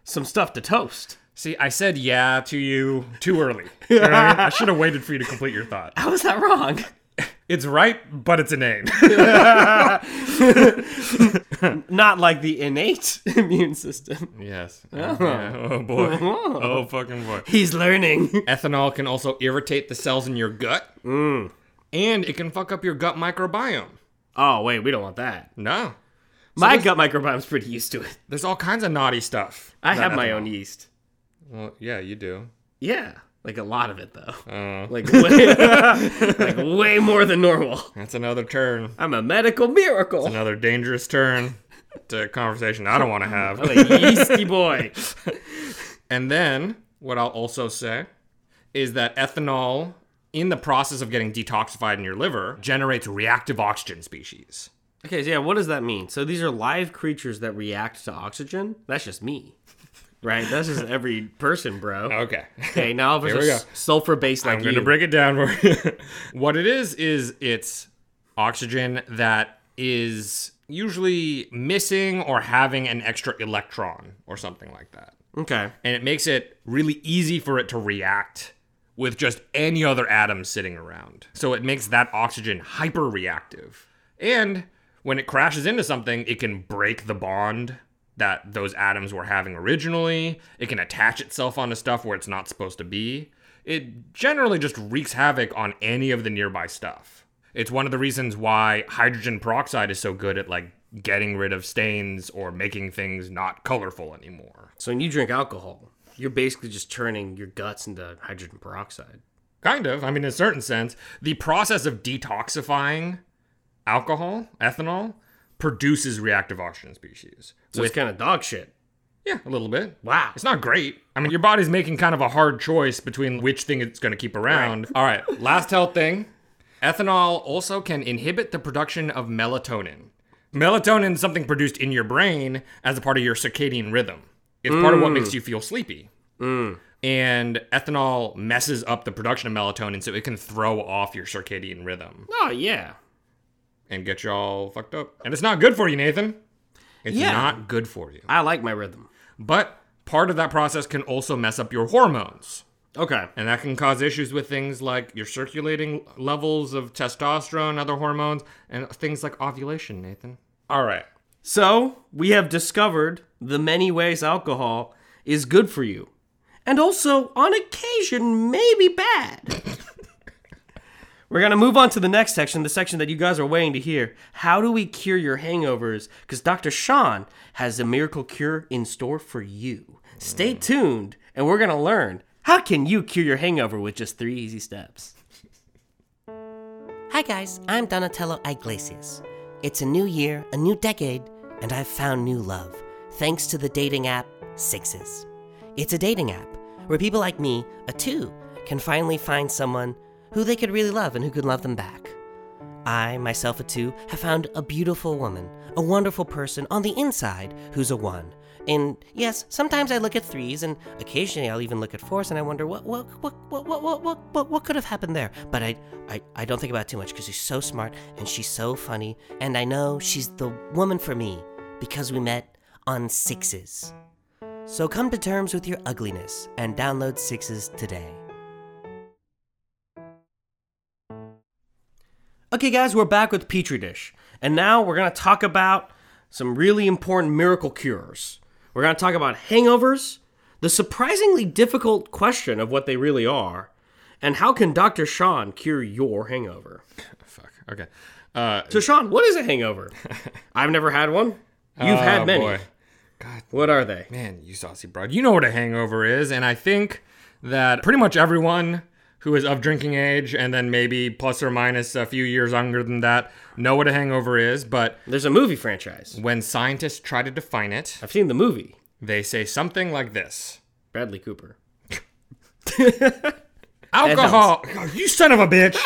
Speaker 7: some stuff to toast.
Speaker 6: See, I said yeah to you too early. You know what I, mean? I should have waited for you to complete your thought.
Speaker 7: How is that wrong?
Speaker 6: It's right, but it's a *laughs* name.
Speaker 7: Not like the innate *laughs* immune system.
Speaker 6: yes. Oh, yeah. Oh, boy.
Speaker 7: *laughs*
Speaker 6: Oh fucking boy.
Speaker 7: He's learning.
Speaker 6: Ethanol can also irritate the cells in your gut. And it can fuck up your gut microbiome.
Speaker 7: Oh wait, we don't want that.
Speaker 6: No.
Speaker 7: My gut microbiome's pretty used to it.
Speaker 6: There's all kinds of naughty stuff.
Speaker 7: I
Speaker 6: that
Speaker 7: have my
Speaker 6: ethanol-
Speaker 7: own yeast.
Speaker 6: Well, yeah, you do.
Speaker 7: Yeah, like a lot of it though. Like way, *laughs* like way more than normal.
Speaker 6: That's another turn.
Speaker 7: I'm a medical miracle.
Speaker 6: Another dangerous turn to a conversation I don't want to have.
Speaker 7: I'm a yeasty *laughs* boy.
Speaker 6: And then what I'll also say is that ethanol in the process of getting detoxified in your liver generates reactive oxygen species.
Speaker 7: Okay, so yeah, what does that mean? So these are live creatures that react to oxygen? That's just me. Right? That's just every person, bro.
Speaker 6: *laughs* Okay.
Speaker 7: Okay, now if
Speaker 6: Here we go.
Speaker 7: it's a sulfur based like
Speaker 6: I'm
Speaker 7: you.
Speaker 6: going to break it down for you. *laughs* what it is is it's oxygen that is usually missing or having an extra electron or something like that.
Speaker 7: okay.
Speaker 6: and it makes it really easy for it to react with just any other atom sitting around. So it makes that oxygen hyper reactive. And when it crashes into something, it can break the bond that those atoms were having originally. It can attach itself onto stuff where it's not supposed to be. It generally just wreaks havoc on any of the nearby stuff. It's one of the reasons why hydrogen peroxide is so good at like getting rid of stains or making things not colorful anymore.
Speaker 7: So when you drink alcohol, you're basically just turning your guts into hydrogen peroxide.
Speaker 6: Kind of. I mean, in a certain sense, the process of detoxifying alcohol, ethanol, produces reactive oxygen species.
Speaker 7: So it's kind of dog shit.
Speaker 6: Yeah, a little bit.
Speaker 7: Wow.
Speaker 6: It's not great. I mean, your body's making kind of a hard choice between which thing it's going to keep around. All right, last health thing ethanol also can inhibit the production of melatonin. Melatonin is something produced in your brain as a part of your circadian rhythm, it's part of what makes you feel sleepy. And ethanol messes up the production of melatonin, so it can throw off your circadian rhythm
Speaker 7: Oh, yeah.
Speaker 6: and get you all fucked up. And it's not good for you, Nathan. It's
Speaker 7: Yeah.
Speaker 6: not good for you.
Speaker 7: I like my rhythm.
Speaker 6: But part of that process can also mess up your hormones.
Speaker 7: Okay.
Speaker 6: And that can cause issues with things like your circulating levels of testosterone, other hormones, and things like ovulation, Nathan. All right.
Speaker 7: So we have discovered the many ways alcohol is good for you, and also on occasion maybe bad. *laughs* We're gonna move on to the next section, the section that you guys are waiting to hear. How do we cure your hangovers? Because Dr. Sean has a miracle cure in store for you. Stay tuned, and we're gonna learn how can you cure your hangover with just three easy steps.
Speaker 8: Hi guys, I'm Donatello Iglesias. It's a new year, a new decade, and I've found new love thanks to the dating app Sixes. It's a dating app where people like me, a two, can finally find someone who they could really love and who could love them back. I, myself a two, have found a beautiful woman, a wonderful person on the inside who's a one. And yes, sometimes I look at threes, and occasionally I'll even look at fours, and I wonder what what what what what what what, what, what could have happened there. But I, I I don't think about it too much because she's so smart and she's so funny, and I know she's the woman for me because we met on sixes. So come to terms with your ugliness and download sixes today.
Speaker 7: Okay, guys, we're back with Petri Dish. And now we're going to talk about some really important miracle cures. We're going to talk about hangovers, the surprisingly difficult question of what they really are, and how can Dr. Sean cure your hangover?
Speaker 6: Fuck. Okay. Uh, *laughs*
Speaker 7: So, Sean, what is a hangover? I've never had one. You've
Speaker 6: oh,
Speaker 7: had many.
Speaker 6: boy.
Speaker 7: What are they?
Speaker 6: Man, you saucy broad. You know what a hangover is, and I think that pretty much everyone who is of drinking age and then maybe plus or minus a few years younger than that know what a hangover is, but
Speaker 7: There's a movie franchise.
Speaker 6: when scientists try to define it,
Speaker 7: I've seen the movie.
Speaker 6: they say something like this.
Speaker 7: Bradley Cooper.
Speaker 6: Alcohol. God, you son of a *laughs* bitch.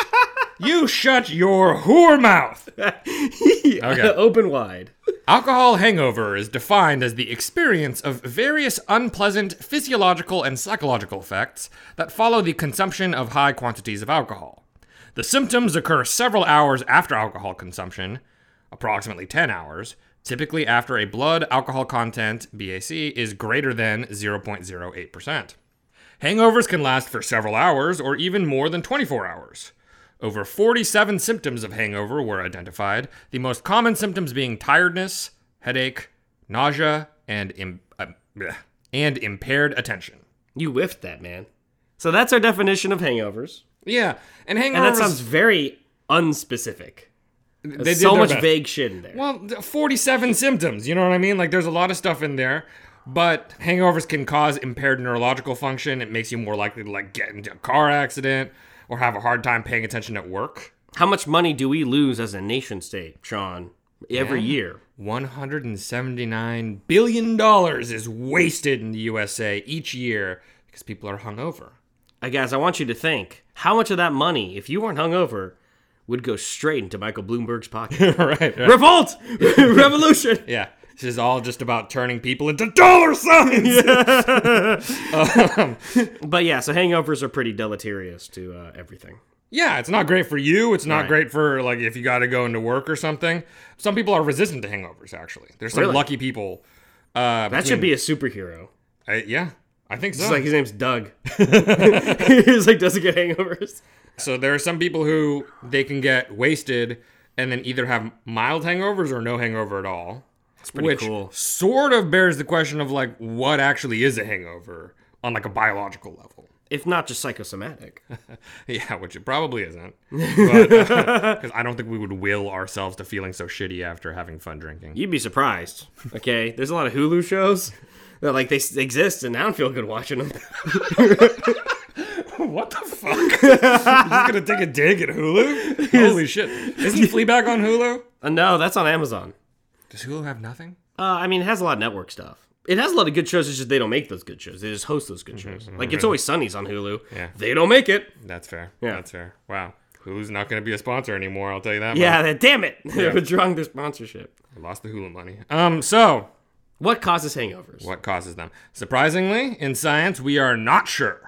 Speaker 6: you shut your whore mouth. *laughs* Okay.
Speaker 7: *laughs* Open wide.
Speaker 6: Alcohol hangover is defined as the experience of various unpleasant physiological and psychological effects that follow the consumption of high quantities of alcohol. The symptoms occur several hours after alcohol consumption, approximately 10 hours, typically after a blood alcohol content, BAC, is greater than 0.08%. Hangovers can last for several hours or even more than 24 hours. Over 47 symptoms of hangover were identified, the most common symptoms being tiredness, headache, nausea, and im- uh, bleh, and impaired attention.
Speaker 7: You whiffed that, man. So that's our definition of hangovers.
Speaker 6: Yeah, and hangovers
Speaker 7: And that sounds very unspecific.
Speaker 6: they
Speaker 7: There's
Speaker 6: did
Speaker 7: so
Speaker 6: their
Speaker 7: much
Speaker 6: best.
Speaker 7: vague shit in there.
Speaker 6: Well, th- 47 symptoms, you know what I mean? Like there's a lot of stuff in there, but hangovers can cause impaired neurological function. It makes you more likely to like get into a car accident or have a hard time paying attention at work.
Speaker 7: How much money do we lose as a nation state, Sean, every year?
Speaker 6: 179 billion dollars is wasted in the USA each year because people are hungover.
Speaker 7: I guess I want you to think how much of that money, if you weren't hungover, would go straight into Michael Bloomberg's *laughs* pocket.
Speaker 6: right, right.
Speaker 7: Revolt! Revolution!
Speaker 6: Yeah. This is all just about turning people into dollar signs. *laughs* Um,
Speaker 7: But yeah, so hangovers are pretty deleterious to uh, everything.
Speaker 6: yeah, it's not great for you. It's not great for like if you got to go into work or something. Some people are resistant to hangovers. Actually, there's some
Speaker 7: Really?
Speaker 6: lucky people. Uh,
Speaker 7: That should be a superhero.
Speaker 6: yeah, I think so.
Speaker 7: It's like his name's *laughs* Doug. He's like doesn't get hangovers.
Speaker 6: So there are some people who they can get wasted and then either have mild hangovers or no hangover at all. That's
Speaker 7: pretty
Speaker 6: which
Speaker 7: cool.
Speaker 6: Sort of bears the question of like what actually is a hangover on like a biological level.
Speaker 7: If not just psychosomatic.
Speaker 6: *laughs* Yeah, which it probably isn't, because *laughs* I don't think we would will ourselves to feeling so shitty after having fun drinking.
Speaker 7: You'd be surprised. Okay, there's a lot of Hulu shows that like they s- exist, and I don't feel good watching them.
Speaker 6: *laughs* *laughs* What the fuck? You're just gonna take a dig at *laughs* Hulu? Holy shit! Isn't Fleabag on Hulu?
Speaker 7: Uh, no, that's on Amazon.
Speaker 6: Does Hulu have nothing?
Speaker 7: Uh, I mean, it has a lot of network stuff. It has a lot of good shows. It's just they don't make those good shows. They just host those good shows. Like it's always Sunny's on Hulu.
Speaker 6: Yeah.
Speaker 7: They don't make it.
Speaker 6: That's fair.
Speaker 7: Yeah.
Speaker 6: That's fair. Wow. Hulu's not gonna be a sponsor anymore. I'll tell you that. much.
Speaker 7: Yeah, they- *laughs* damn it. They're withdrawing their sponsorship.
Speaker 6: Lost the Hulu money. Um, so
Speaker 7: What causes hangovers?
Speaker 6: what causes them? Surprisingly, in science, we are not sure.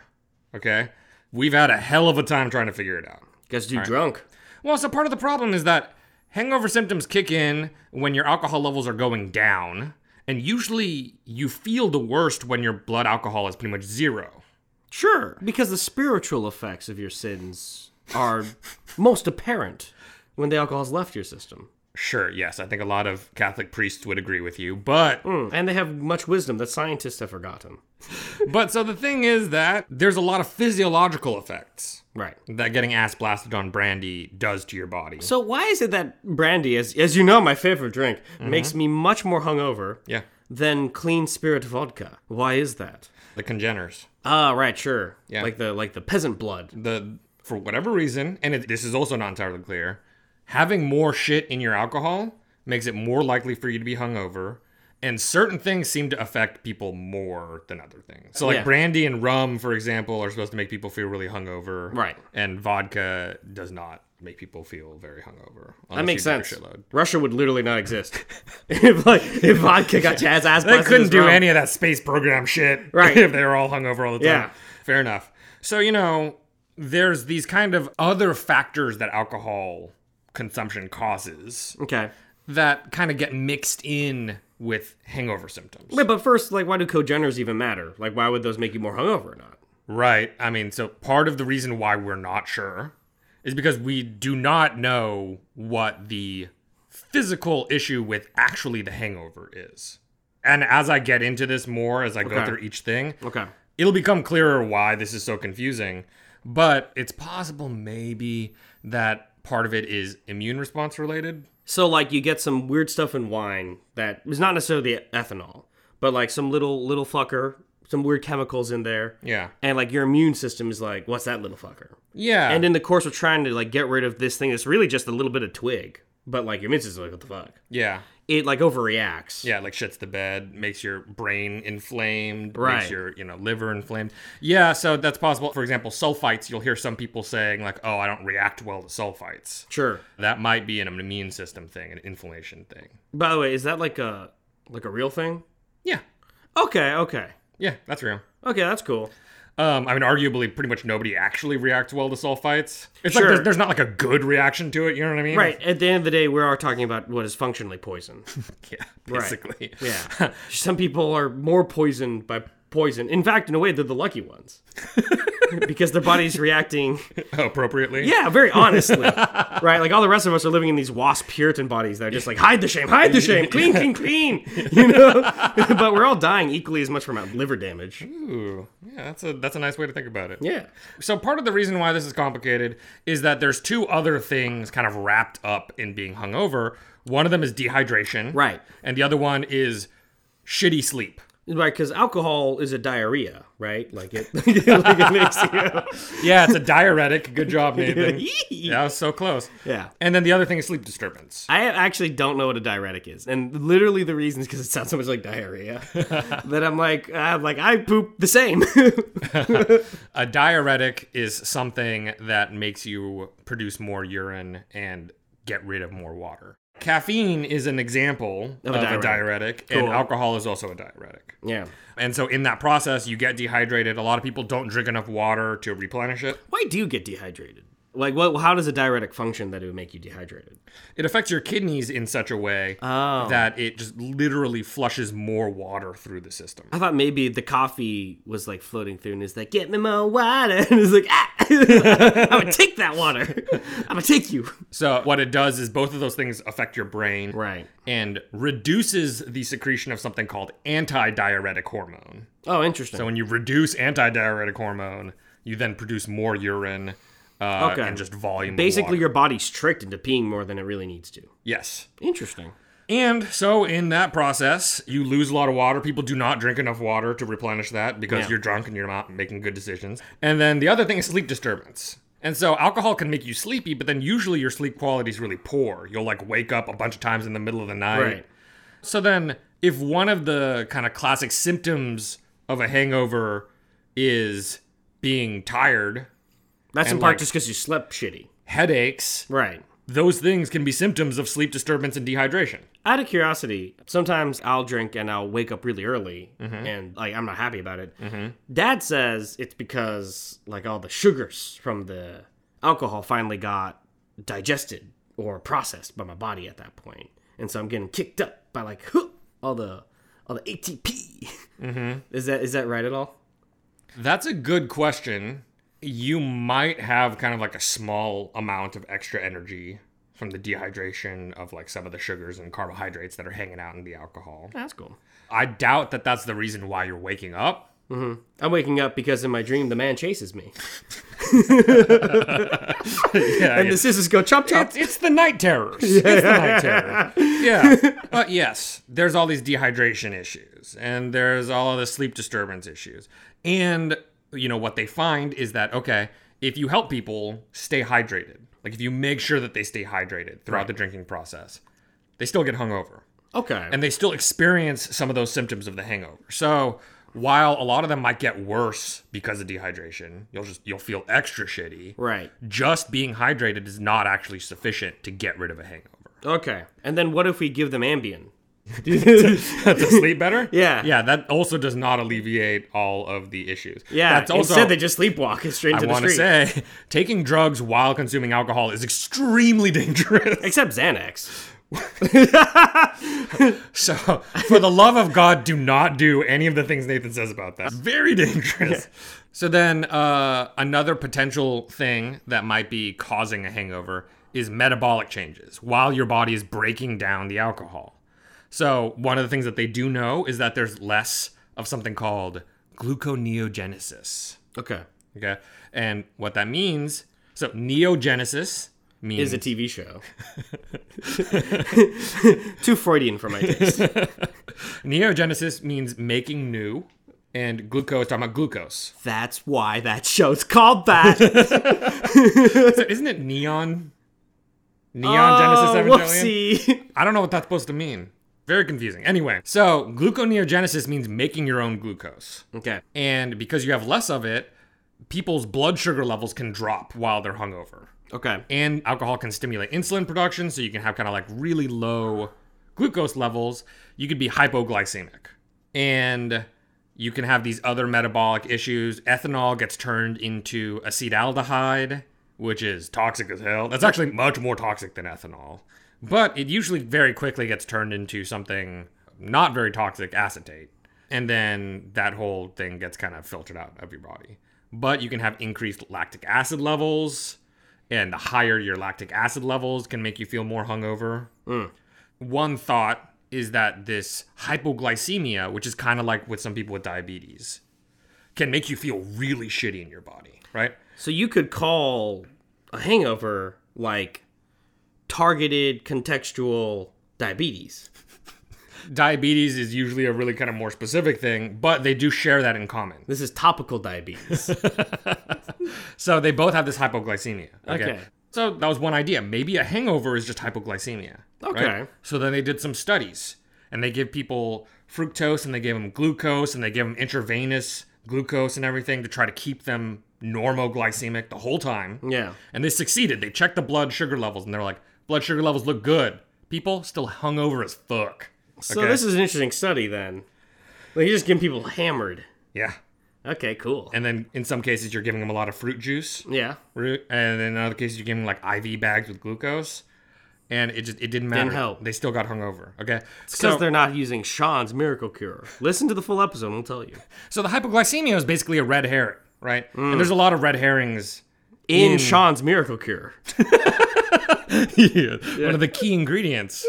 Speaker 6: Okay, we've had a hell of a time trying to figure it out.
Speaker 7: Guys do drunk.
Speaker 6: Well, so part of the problem is that hangover symptoms kick in when your alcohol levels are going down, and usually you feel the worst when your blood alcohol is pretty much zero.
Speaker 7: Sure, because the spiritual effects of your sins are *laughs* most apparent when the alcohol's left your system.
Speaker 6: Sure, yes, I think a lot of Catholic priests would agree with you, but
Speaker 7: And they have much wisdom that scientists have forgotten.
Speaker 6: but so the thing is that there's a lot of physiological effects
Speaker 7: Right.
Speaker 6: that getting ass blasted on brandy does to your body.
Speaker 7: So why is it that brandy, as as you know, my favorite drink, makes me much more hungover
Speaker 6: yeah,
Speaker 7: than clean spirit vodka? Why is that?
Speaker 6: the congeners.
Speaker 7: Ah, right, sure.
Speaker 6: Yeah.
Speaker 7: Like the like the peasant blood.
Speaker 6: the for whatever reason, and it, this is also not entirely clear, having more shit in your alcohol makes it more likely for you to be hungover, and certain things seem to affect people more than other things. So like
Speaker 7: Yeah.
Speaker 6: brandy and rum, for example, are supposed to make people feel really hungover,
Speaker 7: Right.
Speaker 6: And vodka does not make people feel very hungover.
Speaker 7: That
Speaker 6: unless
Speaker 7: makes
Speaker 6: you drink a
Speaker 7: sense.
Speaker 6: shitload. *laughs*
Speaker 7: Russia would literally not exist *laughs* if like if vodka got
Speaker 6: *laughs*
Speaker 7: jazz ass.
Speaker 6: They couldn't do any of that space program shit, *laughs*
Speaker 7: Right.
Speaker 6: if they were all hungover all the time.
Speaker 7: Yeah.
Speaker 6: fair enough. So you know, there's these kind of other factors that alcohol consumption causes
Speaker 7: Okay,
Speaker 6: that kind of get mixed in with hangover symptoms.
Speaker 7: Wait, but first, like, why do cogeners even matter? Like, why would those make you more hungover or not?
Speaker 6: Right. I mean, so part of the reason why we're not sure is because we do not know what the physical issue with actually the hangover is. And as I get into this more, as I go
Speaker 7: Okay.
Speaker 6: through each thing,
Speaker 7: Okay,
Speaker 6: it'll become clearer why this is so confusing. But it's possible maybe that part of it is immune response related.
Speaker 7: so like, you get some weird stuff in wine that is not necessarily the ethanol, but like some little little fucker, some weird chemicals in there.
Speaker 6: Yeah.
Speaker 7: And like your immune system is like, what's that little fucker?
Speaker 6: Yeah.
Speaker 7: And in the course of trying to like get rid of this thing, it's really just a little bit of twig. But like your immune system's like, what the fuck?
Speaker 6: yeah.
Speaker 7: It like overreacts.
Speaker 6: Yeah, like shits the bed, makes your brain inflamed,
Speaker 7: Right.
Speaker 6: makes your you know liver inflamed. Yeah, so that's possible. For example, sulfites, you'll hear some people saying like, "Oh, I don't react well to sulfites."
Speaker 7: Sure.
Speaker 6: That might be an immune system thing, an inflammation thing.
Speaker 7: By the way, is that like a like a real thing?
Speaker 6: Yeah,
Speaker 7: Okay, okay.
Speaker 6: yeah, that's real.
Speaker 7: Okay, that's cool.
Speaker 6: Um, I mean, arguably, pretty much nobody actually reacts well to sulfites. It's
Speaker 7: Sure.
Speaker 6: like there's, there's not like a good reaction to it. You know what I mean?
Speaker 7: Right. At the end of the day, we are talking about what is functionally poison.
Speaker 6: *laughs* Yeah,
Speaker 7: Right.
Speaker 6: basically.
Speaker 7: Yeah. *laughs* Some people are more poisoned by poison. In fact, in a way, they're the lucky ones because their body's reacting.
Speaker 6: *laughs* Appropriately.
Speaker 7: Yeah, very honestly. right. Like all the rest of us are living in these wasp Puritan bodies that are just like, hide the shame, hide the shame, clean, clean, clean. You know? *laughs* but we're all dying equally as much from liver damage.
Speaker 6: Ooh, yeah. That's a that's a nice way to think about it.
Speaker 7: Yeah.
Speaker 6: So part of the reason why this is complicated is that there's two other things kind of wrapped up in being hungover. One of them is dehydration.
Speaker 7: Right.
Speaker 6: And the other one is shitty sleep.
Speaker 7: Right. Because alcohol is a diarrhea, right? Like it, *laughs* like it makes you.
Speaker 6: Yeah, it's a diuretic. Good
Speaker 7: *laughs*
Speaker 6: job, Nathan. yeah, I was so close.
Speaker 7: Yeah.
Speaker 6: And then the other thing is sleep disturbance.
Speaker 7: *laughs* I actually don't know what a diuretic is, and literally the reason is because it sounds so much like *laughs* diarrhea that I'm like, I'm like I poop the *laughs* same.
Speaker 6: A diuretic is something that makes you produce more urine and get rid of more water. Caffeine is an example of,
Speaker 7: a
Speaker 6: a
Speaker 7: diuretic.
Speaker 6: diuretic, and
Speaker 7: Cool.
Speaker 6: alcohol is also a diuretic.
Speaker 7: yeah.
Speaker 6: And so in that process, you get dehydrated. A lot of people don't drink enough water to replenish it.
Speaker 7: Why do you get dehydrated? Like, what? How does a diuretic function that it would make you dehydrated?
Speaker 6: It affects your kidneys in such a way
Speaker 7: Oh.
Speaker 6: that it just literally flushes more water through the system.
Speaker 7: I thought maybe the coffee was like floating through, and it's like, get me more water, *laughs* and it's like, ah, I'm gonna take that water. I'm gonna take you.
Speaker 6: So what it does is both of those things affect your brain
Speaker 7: Right.
Speaker 6: and reduces the secretion of something called antidiuretic hormone.
Speaker 7: Oh, interesting.
Speaker 6: So when you reduce antidiuretic hormone, you then produce more urine uh,
Speaker 7: Okay.
Speaker 6: and just volume. of
Speaker 7: Basically,
Speaker 6: water.
Speaker 7: your body's tricked into peeing more than it really needs to.
Speaker 6: yes.
Speaker 7: Interesting.
Speaker 6: And so, in that process, you lose a lot of water. People do not drink enough water to replenish that because
Speaker 7: Yeah.
Speaker 6: you're drunk and you're not making good decisions. And then the other thing is sleep disturbance. And so, alcohol can make you sleepy, but then usually your sleep quality is really poor. You'll like wake up a bunch of times in the middle of the night.
Speaker 7: Right.
Speaker 6: So, then if one of the kind of classic symptoms of a hangover is being tired,
Speaker 7: That's in
Speaker 6: And,
Speaker 7: part
Speaker 6: like-
Speaker 7: just because you slept shitty.
Speaker 6: headaches,
Speaker 7: Right.
Speaker 6: those things can be symptoms of sleep disturbance and dehydration.
Speaker 7: out of curiosity, sometimes I'll drink and I'll wake up really early, and like I'm not happy about it. Dad says it's because like all the sugars from the alcohol finally got digested or processed by my body at that point, and so I'm getting kicked up by like *laughs* all the all the ATP. *laughs* Is that is that right at all?
Speaker 6: That's a good question. You might have kind of like a small amount of extra energy from the dehydration of like some of the sugars and carbohydrates that are hanging out in the alcohol.
Speaker 7: That's cool.
Speaker 6: I doubt that that's the reason why you're waking up. *laughs*
Speaker 7: I'm waking up because in my dream the man chases me,
Speaker 6: Yeah,
Speaker 7: *laughs* and the sisters go chop chop.
Speaker 6: it's, it's the night terrors. It's the night terror. Yeah. But yes, there's all these dehydration issues and there's all of the sleep disturbance issues. And, you know, what they find is that, okay, if you help people stay hydrated, like if you make sure that they stay hydrated throughout the drinking process, they still get hungover.
Speaker 7: Okay.
Speaker 6: and they still experience some of those symptoms of the hangover. So while a lot of them might get worse because of dehydration, you'll just you'll feel extra shitty.
Speaker 7: right.
Speaker 6: Just being hydrated is not actually sufficient to get rid of a
Speaker 7: *laughs*
Speaker 6: hangover. *laughs*
Speaker 7: Okay. And then what if we give them Ambien?
Speaker 6: to sleep better?
Speaker 7: Yeah.
Speaker 6: Yeah, that also does not alleviate all of the issues.
Speaker 7: Yeah.
Speaker 6: That's also
Speaker 7: instead they just sleepwalk *laughs* it straight
Speaker 6: I
Speaker 7: into the
Speaker 6: want to
Speaker 7: street.
Speaker 6: say *laughs* taking drugs while consuming alcohol is extremely *laughs* dangerous.
Speaker 7: Except *laughs* Xanax.
Speaker 6: So, for the love of God, do not do any of the things Nathan says about that. Very dangerous. So, then uh, another potential thing that might be causing a hangover is metabolic changes while your body is breaking down the alcohol. So, one of the things that they do know is that there's less of something called gluconeogenesis.
Speaker 7: Okay.
Speaker 6: Okay. And what that means so, neogenesis means
Speaker 7: Is a TV show. *laughs* Too Freudian for my taste.
Speaker 6: *laughs* neogenesis means making new. And glucose, talking about glucose.
Speaker 7: *laughs* *laughs* That's why that show's called *laughs* that.
Speaker 6: So isn't it neon? Neon
Speaker 7: oh,
Speaker 6: Genesis Evangelion?
Speaker 7: whoopsie. *laughs*
Speaker 6: I don't know what that's supposed to mean. Very confusing. Anyway, so gluconeogenesis means making your own glucose.
Speaker 7: Okay.
Speaker 6: And because you have less of it, people's blood sugar levels can drop while they're hungover.
Speaker 7: Okay.
Speaker 6: And alcohol can stimulate insulin production, so you can have kind of like really low glucose levels. You could be hypoglycemic. And you can have these other metabolic issues. Ethanol gets turned into acetaldehyde, which is toxic as hell. That's actually much more toxic than ethanol. But it usually very quickly gets turned into something not very toxic, acetate. And then that whole thing gets kind of filtered out of your body. But you can have increased lactic acid levels, and the higher your lactic acid levels can make you feel more hungover one thought is that this hypoglycemia, which is kind of like with some people with diabetes, can make you feel really shitty in your body, right?
Speaker 7: So you could call a hangover like targeted contextual diabetes.
Speaker 6: Diabetes is usually a really kind of more specific thing, but they do share that in common.
Speaker 7: This is topical diabetes.
Speaker 6: So they both have this hypoglycemia. Okay.
Speaker 7: Okay.
Speaker 6: So that was one idea. Maybe a hangover is just hypoglycemia. right?
Speaker 7: Okay.
Speaker 6: So then they did some studies and they give people fructose and they gave them glucose and they gave them intravenous glucose and everything to try to keep them normoglycemic the whole time.
Speaker 7: *laughs* yeah.
Speaker 6: And they succeeded. They checked the blood sugar levels and they're like, blood sugar levels look good. People still hungover as fuck.
Speaker 7: So
Speaker 6: Okay?
Speaker 7: this is an interesting study then. Like you're just getting people hammered.
Speaker 6: yeah.
Speaker 7: Okay, cool.
Speaker 6: And then in some cases, you're giving them a lot of fruit juice.
Speaker 7: yeah.
Speaker 6: root, and in other cases you give them like IV bags with glucose, and it just it didn't matter.
Speaker 7: help.
Speaker 6: They still got hungover. Okay,
Speaker 7: Because
Speaker 6: so
Speaker 7: they're not using Sean's miracle cure. Listen to the full episode, and I'll tell you.
Speaker 6: so the hypoglycemia is basically a red herring, right? And there's a lot of red herrings.
Speaker 7: *laughs*
Speaker 6: *laughs*
Speaker 7: In,
Speaker 6: In-
Speaker 7: Sean's miracle cure.
Speaker 6: yeah. One of the key ingredients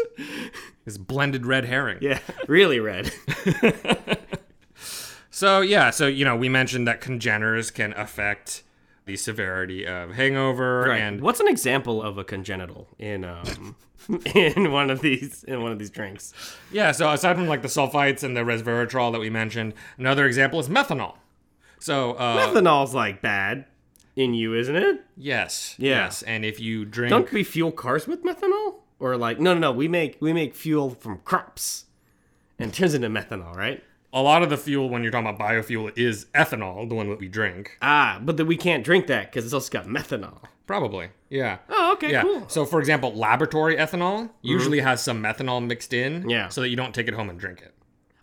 Speaker 6: is blended red herring.
Speaker 7: Yeah. *laughs* Really red.
Speaker 6: So yeah, so you know we mentioned that congeners can affect the severity of hangover and
Speaker 7: What's an example of a congenital in um *laughs* in one of these in one of these *laughs* drinks?
Speaker 6: Yeah, so aside from like the sulfites and the resveratrol that we mentioned, another example is methanol. So uh,
Speaker 7: Ethanol's like bad in you, isn't it?
Speaker 6: yes,
Speaker 7: Yeah.
Speaker 6: yes, and if you drink,
Speaker 7: Don't we fuel cars with methanol? Or like no no no, we make we make fuel from crops. And it turns into methanol, right?
Speaker 6: a lot of the fuel when you're talking about biofuel is ethanol, the one that we drink.
Speaker 7: Ah, but then we can't drink that because it's also got methanol.
Speaker 6: Probably, yeah.
Speaker 7: Oh, okay,
Speaker 6: yeah.
Speaker 7: cool. Mm-hmm.
Speaker 6: So, for example, laboratory ethanol usually has some methanol mixed in,
Speaker 7: Yeah.
Speaker 6: so that you don't take it home and drink it.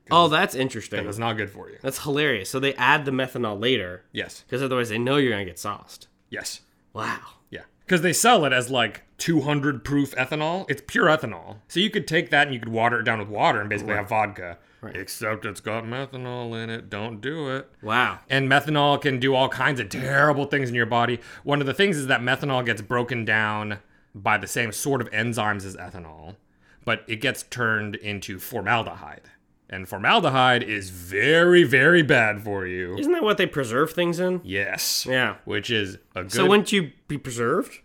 Speaker 7: Oh, that's
Speaker 6: And
Speaker 7: interesting.
Speaker 6: it's not good for you.
Speaker 7: That's hilarious. So they add the methanol later
Speaker 6: Yes,
Speaker 7: because otherwise they know you're gonna get sauced.
Speaker 6: yes,
Speaker 7: Wow.
Speaker 6: yeah. Because they sell it as like 200 proof ethanol. It's pure ethanol, so you could take that and you could water it down with water and basically have vodka. Except it's got methanol in it. Don't do it.
Speaker 7: Wow.
Speaker 6: And methanol can do all kinds of terrible things in your body. One of the things is that methanol gets broken down by the same sort of enzymes as ethanol, but it gets turned into formaldehyde. And formaldehyde is very, very bad for you.
Speaker 7: Isn't that what they preserve things in?
Speaker 6: Yes.
Speaker 7: Yeah.
Speaker 6: Which is a good.
Speaker 7: So wouldn't you be preserved?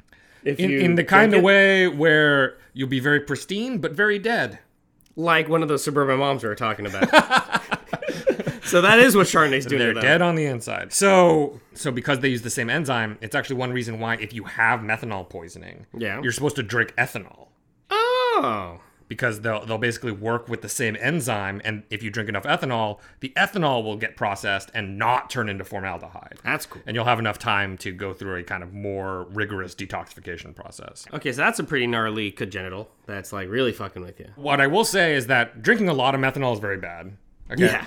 Speaker 7: If
Speaker 6: in,
Speaker 7: you
Speaker 6: in the
Speaker 7: drink
Speaker 6: kind
Speaker 7: it?
Speaker 6: of way where you'll be very pristine but very dead.
Speaker 7: like one of those suburban moms we were
Speaker 6: *laughs*
Speaker 7: talking about. so that is what Chardonnay's doing.
Speaker 6: They're
Speaker 7: to them.
Speaker 6: dead on the inside. So, so because they use the same enzyme, it's actually one reason why if you have methanol poisoning,
Speaker 7: Yeah.
Speaker 6: you're supposed to drink ethanol.
Speaker 7: Oh,
Speaker 6: because they'll they'll basically work with the same enzyme and if you drink enough ethanol, the ethanol will get processed and not turn into formaldehyde.
Speaker 7: That's cool.
Speaker 6: And you'll have enough time to go through a kind of more rigorous detoxification process.
Speaker 7: Okay, so that's a pretty gnarly congenital. That's like really fucking with you.
Speaker 6: What I will say is that drinking a lot of methanol is very bad. Okay.
Speaker 7: Yeah.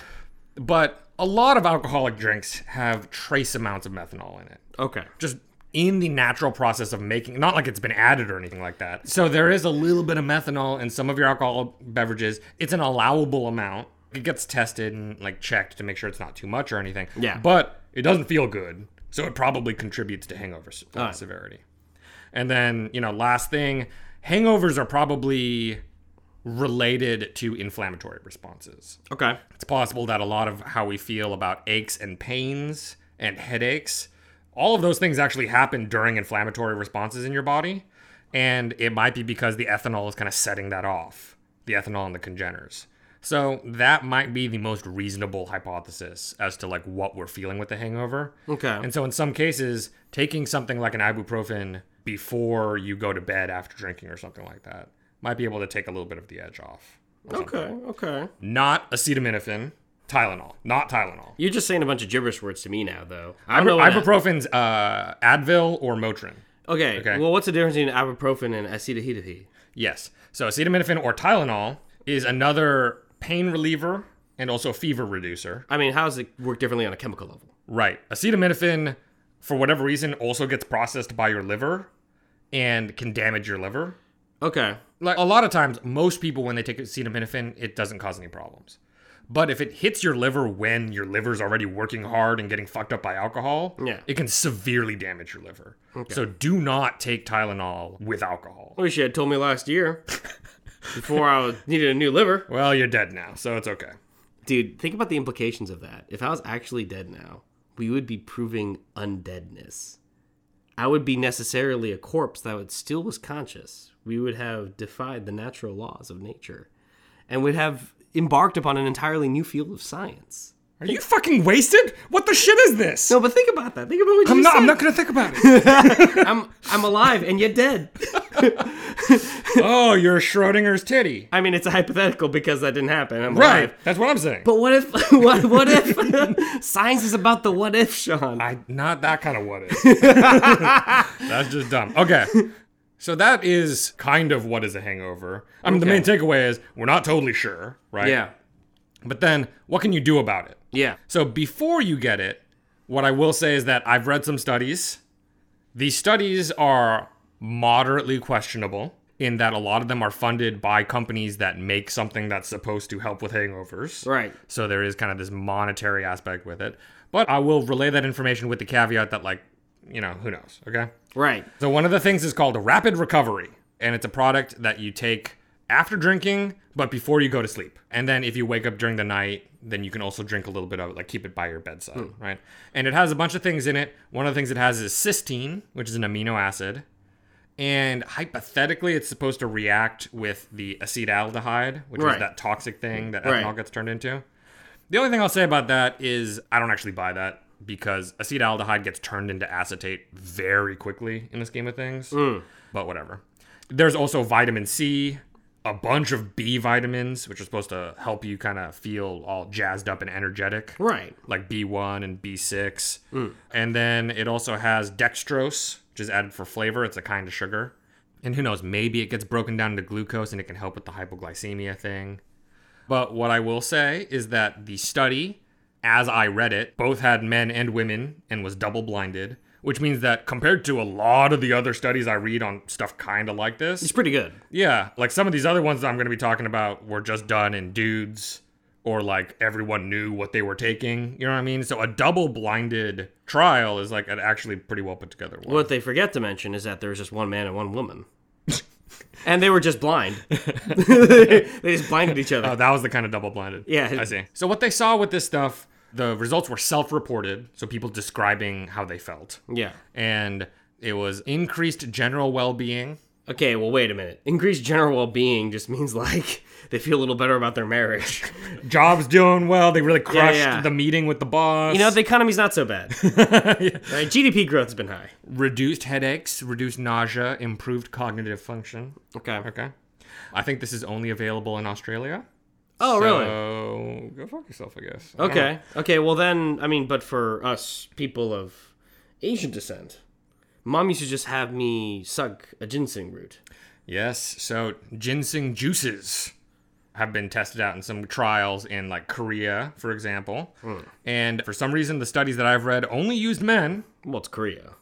Speaker 6: But a lot of alcoholic drinks have trace amounts of methanol in it.
Speaker 7: Okay.
Speaker 6: just in the natural process of making not like it's been added or anything like that so there is a little bit of methanol in some of your alcohol beverages it's an allowable amount it gets tested and like checked to make sure it's not too much or anything
Speaker 7: Yeah.
Speaker 6: but it doesn't feel good so it probably contributes to hangover se- uh, severity and then you know last thing hangovers are probably related to inflammatory responses
Speaker 7: Okay.
Speaker 6: it's possible that a lot of how we feel about aches and pains and headaches, all of those things actually happen during inflammatory responses in your body. And it might be because the ethanol is kind of setting that off the ethanol and the congeners. So that might be the most reasonable hypothesis as to like what we're feeling with the hangover.
Speaker 7: Okay.
Speaker 6: And so in some cases, taking something like an ibuprofen before you go to bed after drinking or something like that might be able to take a little bit of the edge off.
Speaker 7: Okay. Okay.
Speaker 6: Not acetaminophen, Tylenol, not Tylenol.
Speaker 7: You're just saying a bunch of gibberish words to me now, though. I don't know. what a-
Speaker 6: Ibuprofen's uh, Advil or Motrin.
Speaker 7: okay.
Speaker 6: okay.
Speaker 7: Well, what's the difference between ibuprofen and acetaminophen?
Speaker 6: Yes. So acetaminophen or Tylenol is another pain reliever and also fever reducer.
Speaker 7: I mean, how does it work differently on a chemical level?
Speaker 6: Right. Acetaminophen, for whatever reason, also gets processed by your liver and can damage your liver.
Speaker 7: Okay.
Speaker 6: Like a lot of times, most people when they take acetaminophen, it doesn't cause any problems. But if it hits your liver when your liver's already working hard and getting fucked up by alcohol,
Speaker 7: Yeah.
Speaker 6: it can severely damage your liver. So do not take Tylenol with alcohol.
Speaker 7: Wish you had told me
Speaker 6: *laughs*
Speaker 7: last year before I was, needed a new liver.
Speaker 6: Well, you're dead now, so it's okay.
Speaker 7: Dude, think about the implications of that. If I was actually dead now, we would be proving undeadness. I would be necessarily a corpse that would still was conscious. We would have defied the natural laws of nature and would have embarked upon an entirely new field of science.
Speaker 6: Are you fucking wasted? What the shit is this?
Speaker 7: No, but think about that. Think about what you
Speaker 6: I'm not. I'm
Speaker 7: said.
Speaker 6: not gonna think about it.
Speaker 7: I'm, I'm alive and yet dead.
Speaker 6: *laughs* oh, you're Schrodinger's titty.
Speaker 7: I mean, it's a hypothetical because that didn't happen. I'm
Speaker 6: Right.
Speaker 7: alive.
Speaker 6: That's what I'm saying.
Speaker 7: But what if *laughs* what, what if *laughs* science is about the what if, Sean?
Speaker 6: I not that kind of what if. That's just dumb. Okay. So that is kind of what is a hangover. I mean, the main takeaway is we're not totally sure, right?
Speaker 7: Yeah.
Speaker 6: But then, what can you do about it?
Speaker 7: Yeah.
Speaker 6: So before you get it, what I will say is that I've read some studies. These studies are moderately questionable in that a lot of them are funded by companies that make something that's supposed to help with hangovers.
Speaker 7: Right.
Speaker 6: So there is kind of this monetary aspect with it. But I will relay that information with the caveat that, like, you know, who knows? Okay.
Speaker 7: Right.
Speaker 6: So one of the things is called a rapid recovery, and it's a product that you take after drinking, but before you go to sleep. And then if you wake up during the night, then you can also drink a little bit of it, like keep it by your bedside,
Speaker 7: Hmm.
Speaker 6: right? And it has a bunch of things in it. One of the things it has is cysteine, which is an amino acid. And hypothetically, it's supposed to react with the acetaldehyde, which
Speaker 7: Right.
Speaker 6: is that toxic thing that
Speaker 7: Right.
Speaker 6: ethanol gets turned into. The only thing I'll say about that is I don't actually buy that because acetaldehyde gets turned into acetate very quickly in the scheme of things. But whatever. There's also vitamin C, a bunch of B vitamins, which are supposed to help you kind of feel all jazzed up and energetic.
Speaker 7: Right.
Speaker 6: Like B1 and B6. And then it also has dextrose, which is added for flavor. It's a kind of sugar. And who knows, maybe it gets broken down into glucose and it can help with the hypoglycemia thing. But what I will say is that the study, as I read it, both had men and women and was double blinded, which means that compared to a lot of the other studies I read on stuff kind of like
Speaker 7: It's
Speaker 6: this,
Speaker 7: pretty good.
Speaker 6: yeah, like some of these other ones that I'm going to be talking about were just done in dudes or like everyone knew what they were taking. You know what I mean? So a double blinded trial is like an actually pretty well put together one.
Speaker 7: What they forget to mention is that there was just one man and one woman. and they were just blind. they just blinded each other.
Speaker 6: *laughs* Oh, that was the kind of double blinded.
Speaker 7: Yeah.
Speaker 6: I see. So what they saw with this stuff, the results were self reported, so people describing how they felt.
Speaker 7: yeah.
Speaker 6: And it was increased general well being.
Speaker 7: Okay, well, wait a minute. Increased general well being just means like they feel a little better about their marriage.
Speaker 6: Job's doing well. They really crushed
Speaker 7: yeah.
Speaker 6: the meeting with the boss.
Speaker 7: You know, the economy's not so bad. Right? GDP growth's been high.
Speaker 6: reduced headaches, reduced nausea, improved cognitive function.
Speaker 7: Okay.
Speaker 6: Okay. I think this is only available in Australia.
Speaker 7: Oh, really?
Speaker 6: So go fuck yourself, I guess. Uh-huh. I don't know.
Speaker 7: Okay. Okay. Well, then, I mean, but for us people of Asian descent, mom used to just have me suck a ginseng root.
Speaker 6: Yes. So ginseng juices have been tested out in some trials in like Korea, for example.
Speaker 7: Hmm.
Speaker 6: And for some reason, the studies that I've read only used men,
Speaker 7: Well, it's Korea.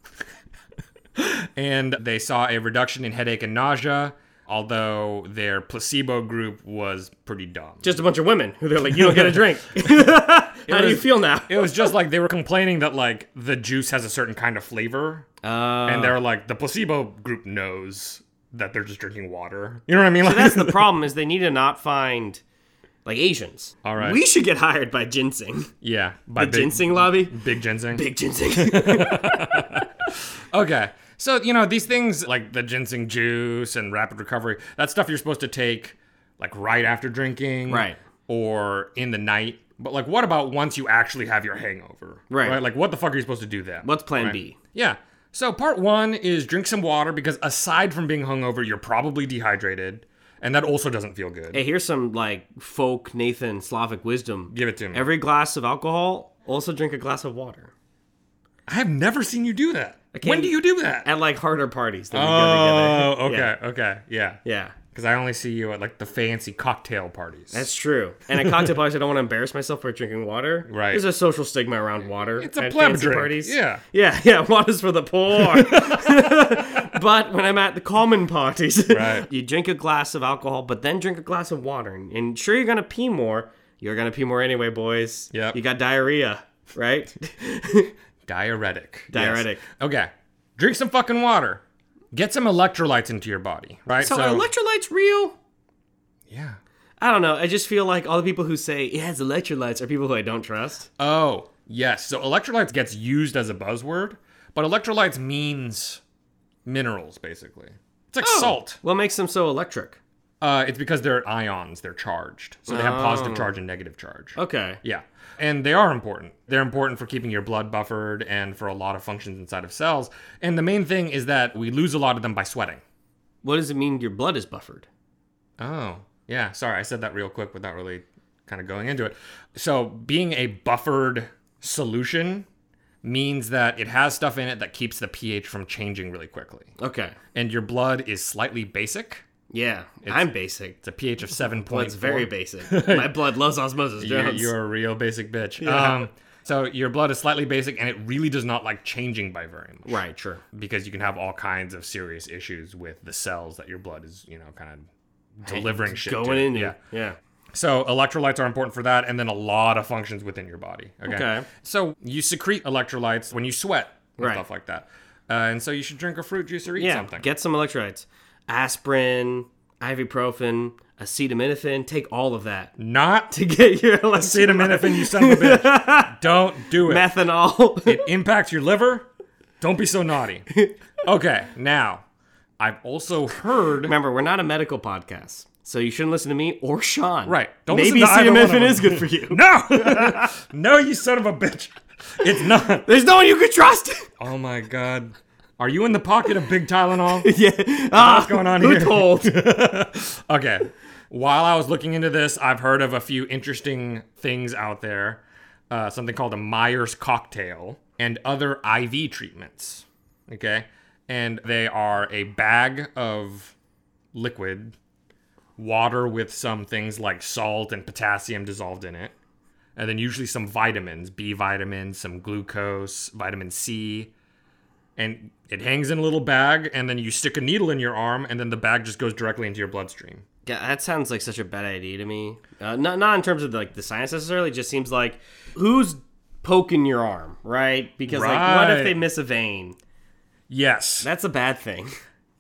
Speaker 6: and they saw a reduction in headache and nausea. Although their placebo group was pretty dumb.
Speaker 7: Just a bunch of women who they're like, you don't get a *laughs* drink. How do you
Speaker 6: was-
Speaker 7: feel now?
Speaker 6: It was just like they were complaining that like the juice has a certain kind of flavor,
Speaker 7: Oh.
Speaker 6: and they're like the placebo group knows that they're just drinking water. You know what I mean? Like,
Speaker 7: *laughs* That's the problem is they need to not find like Asians.
Speaker 6: All right.
Speaker 7: We should get hired by ginseng.
Speaker 6: *laughs* yeah, by
Speaker 7: The ginseng lobby.
Speaker 6: big ginseng.
Speaker 7: Big ginseng. *laughs*
Speaker 6: Okay. So, you know, these things like the ginseng juice and rapid recovery, that stuff you're supposed to take like right after drinking.
Speaker 7: Right.
Speaker 6: Or in the night. But like what about once you actually have your hangover?
Speaker 7: Right.
Speaker 6: Like what the fuck are you supposed to do then?
Speaker 7: What's plan
Speaker 6: Right.
Speaker 7: B?
Speaker 6: Yeah. So part one is drink some water because aside from being hungover, you're probably dehydrated. And that also doesn't feel good.
Speaker 7: Hey, here's some like folk Nathan Slavic wisdom.
Speaker 6: Give it to me.
Speaker 7: Every glass of alcohol, also drink a glass of water.
Speaker 6: I have never seen you do that.
Speaker 7: Okay.
Speaker 6: When do you do that?
Speaker 7: At like harder parties than we
Speaker 6: Oh,
Speaker 7: go together.
Speaker 6: okay, okay, yeah.
Speaker 7: Yeah. yeah.
Speaker 6: Because I only see you at like the fancy cocktail parties.
Speaker 7: That's true. And at cocktail parties, I don't want to embarrass myself by drinking water.
Speaker 6: Right.
Speaker 7: There's a social stigma around water.
Speaker 6: It's a
Speaker 7: at
Speaker 6: pleb
Speaker 7: fancy
Speaker 6: drink.
Speaker 7: parties.
Speaker 6: Yeah.
Speaker 7: Yeah, *laughs* yeah. Water's for
Speaker 6: *laughs*
Speaker 7: the poor. but when I'm at the common parties,
Speaker 6: Right.
Speaker 7: *laughs* you drink a glass of alcohol, but then drink a glass of water. And, and sure, you're going to pee more. You're going to pee more anyway, boys.
Speaker 6: Yep.
Speaker 7: You got diarrhea, right? *laughs*
Speaker 6: Diuretic. Yes.
Speaker 7: Diuretic.
Speaker 6: Okay. Drink some fucking water. Get some electrolytes into your body, right?
Speaker 7: so, are electrolytes real?
Speaker 6: yeah.
Speaker 7: I don't know. I just feel like all the people who say it has electrolytes are people who I don't trust.
Speaker 6: Oh, yes. So electrolytes gets used as a buzzword, but electrolytes means minerals, basically. It's like
Speaker 7: Oh.
Speaker 6: salt.
Speaker 7: What makes them so electric?
Speaker 6: Uh, it's because they're ions, they're charged. So they have
Speaker 7: Oh.
Speaker 6: positive charge and negative charge.
Speaker 7: Okay.
Speaker 6: Yeah. And they are important. They're important for keeping your blood buffered and for a lot of functions inside of cells. And the main thing is that we lose a lot of them by sweating.
Speaker 7: What does it mean your blood is buffered?
Speaker 6: Oh, yeah. Sorry, I said that real quick without really kind of going into it. So, being a buffered solution means that it has stuff in it that keeps the pH from changing really quickly.
Speaker 7: Okay.
Speaker 6: And your blood is slightly basic.
Speaker 7: Yeah. I'm basic.
Speaker 6: It's a pH
Speaker 7: *laughs*
Speaker 6: of 7.4.
Speaker 7: Blood's
Speaker 6: *laughs*
Speaker 7: very basic. My blood loves osmosis.
Speaker 6: You're,
Speaker 7: Jones.
Speaker 6: you're a real basic bitch. Um, so, your blood is slightly basic and it really does not like changing by very much.
Speaker 7: right. Sure.
Speaker 6: Because you can have all kinds of serious issues with the cells that your blood is, you know, kind of delivering shit to.
Speaker 7: Going in.
Speaker 6: Yeah.
Speaker 7: Yeah. Yeah.
Speaker 6: So electrolytes are important for that, and then a lot of functions within your body. Okay.
Speaker 7: Okay.
Speaker 6: So you secrete electrolytes when you sweat and
Speaker 7: Right.
Speaker 6: stuff like that, uh, and so you should drink a fruit juice or eat
Speaker 7: Yeah.
Speaker 6: something.
Speaker 7: Get some electrolytes. Aspirin, ibuprofen, acetaminophen. Take all of that *laughs*
Speaker 6: Not *laughs*
Speaker 7: to get your electrolytes.
Speaker 6: acetaminophen, you son of a
Speaker 7: *laughs*
Speaker 6: bitch. Don't do it.
Speaker 7: Methanol.
Speaker 6: It impacts your liver. Don't be so
Speaker 7: *laughs*
Speaker 6: naughty. Okay. Now, I've also heard.
Speaker 7: Remember, we're not a medical podcast, so you shouldn't listen to me or Sean.
Speaker 6: Right. Don't
Speaker 7: Maybe
Speaker 6: listen to either one of
Speaker 7: acetaminophen
Speaker 6: them.
Speaker 7: is good for
Speaker 6: *laughs*
Speaker 7: you.
Speaker 6: No. no, you son of a bitch. It's not.
Speaker 7: There's no one you can
Speaker 6: *laughs*
Speaker 7: trust.
Speaker 6: Oh my god. Are you in the pocket of big Tylenol?
Speaker 7: *laughs* yeah. Ah,
Speaker 6: going on
Speaker 7: who
Speaker 6: here?
Speaker 7: *laughs* told?
Speaker 6: Okay. While I was looking into this, I've heard of a few interesting things out there. Uh, something called a Myers cocktail and other IV treatments. Okay. And they are a bag of liquid, water with some things like salt and potassium dissolved in it, and then usually some vitamins, B vitamins, some glucose, vitamin C, and it hangs in a little bag and then you stick a needle in your arm and then the bag just goes directly into your bloodstream
Speaker 7: Yeah, that sounds like such a bad idea to me. Uh, not not in terms of like the science necessarily. It just seems like who's poking your arm, right? Because like, what if
Speaker 6: Right.
Speaker 7: they miss a vein?
Speaker 6: yes
Speaker 7: That's a bad thing. *laughs*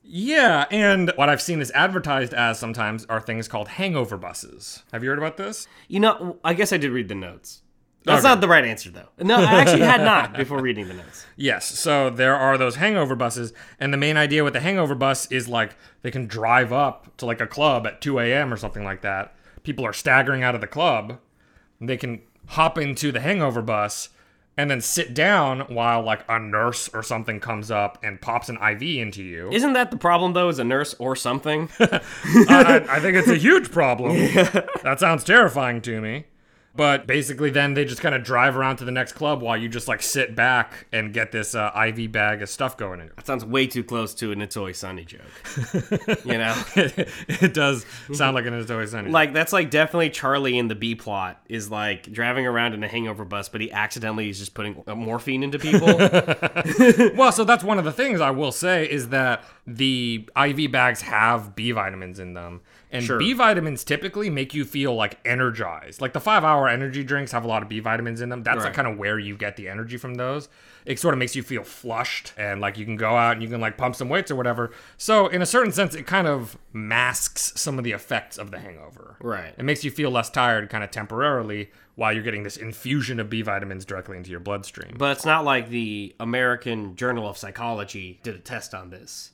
Speaker 6: yeah and what i've seen is advertised as sometimes are things called hangover buses have you heard about this
Speaker 7: You know, I guess I did read the notes. That's
Speaker 6: Okay.
Speaker 7: not the right answer though. No, I actually had not before reading the
Speaker 6: *laughs*
Speaker 7: notes.
Speaker 6: yes so there are those hangover buses and the main idea with the hangover bus is like they can drive up to like a club at 2 a.m or something like that people are staggering out of the club they can hop into the hangover bus and then sit down while like a nurse or something comes up and pops an IV into you.
Speaker 7: Isn't that the problem though? As a nurse
Speaker 6: *laughs*
Speaker 7: or something?
Speaker 6: I, I- I think it's a huge problem. That sounds terrifying to me. But basically, then they just kind of drive around to the next club while you just like sit back and get this uh, IV bag of stuff going in.
Speaker 7: Sounds way too close to an It's Always Sunny joke. you know?
Speaker 6: *laughs* it does sound like an Adoy Sunny.
Speaker 7: Like, that's like definitely Charlie in the B plot is like driving around in a hangover bus, but he accidentally is just putting uh, morphine into people.
Speaker 6: well, so that's one of the things I will say is that the IV bags have B vitamins in them. And
Speaker 7: Sure.
Speaker 6: B vitamins typically make you feel like energized. Like the five hour energy drinks have a lot of B vitamins in them. That's
Speaker 7: Right.
Speaker 6: kind of where you get the energy from those. It sort of makes you feel flushed and like you can go out and you can like pump some weights or whatever. So, in a certain sense, it kind of masks some of the effects of the hangover.
Speaker 7: Right.
Speaker 6: It makes you feel less tired kind of temporarily while you're getting this infusion of B vitamins directly into your bloodstream.
Speaker 7: but it's not like the American Journal of Psychology did a test on this.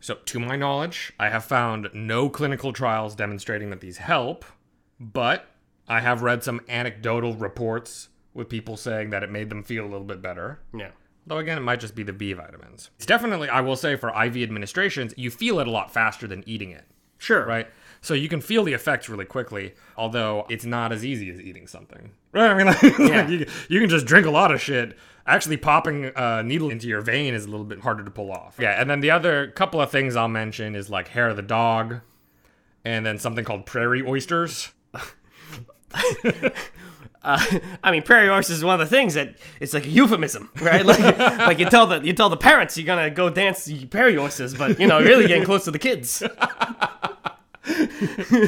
Speaker 6: So, to my knowledge, I have found no clinical trials demonstrating that these help, but I have read some anecdotal reports with people saying that it made them feel a little bit better.
Speaker 7: *laughs* Yeah.
Speaker 6: Though, again, it might just be the B vitamins. It's definitely, I will say, for IV administrations, you feel it a lot faster than eating it,
Speaker 7: Sure.
Speaker 6: right? So, you can feel the effects really quickly, although it's not as easy as eating something. *laughs* Right? I mean, like, like,
Speaker 7: Yeah.
Speaker 6: you, you can just drink a lot of shit. Actually, popping a needle into your vein is a little bit harder to pull off. Yeah, and then the other couple of things I'll mention is like hair of the dog, and then something called prairie oysters. *laughs*
Speaker 7: Uh, I mean, prairie oysters is one of the things that it's like a euphemism, right? Like, like you tell the you tell the parents you're gonna go dance prairie oysters, but you know, you're really getting close to the kids.
Speaker 6: All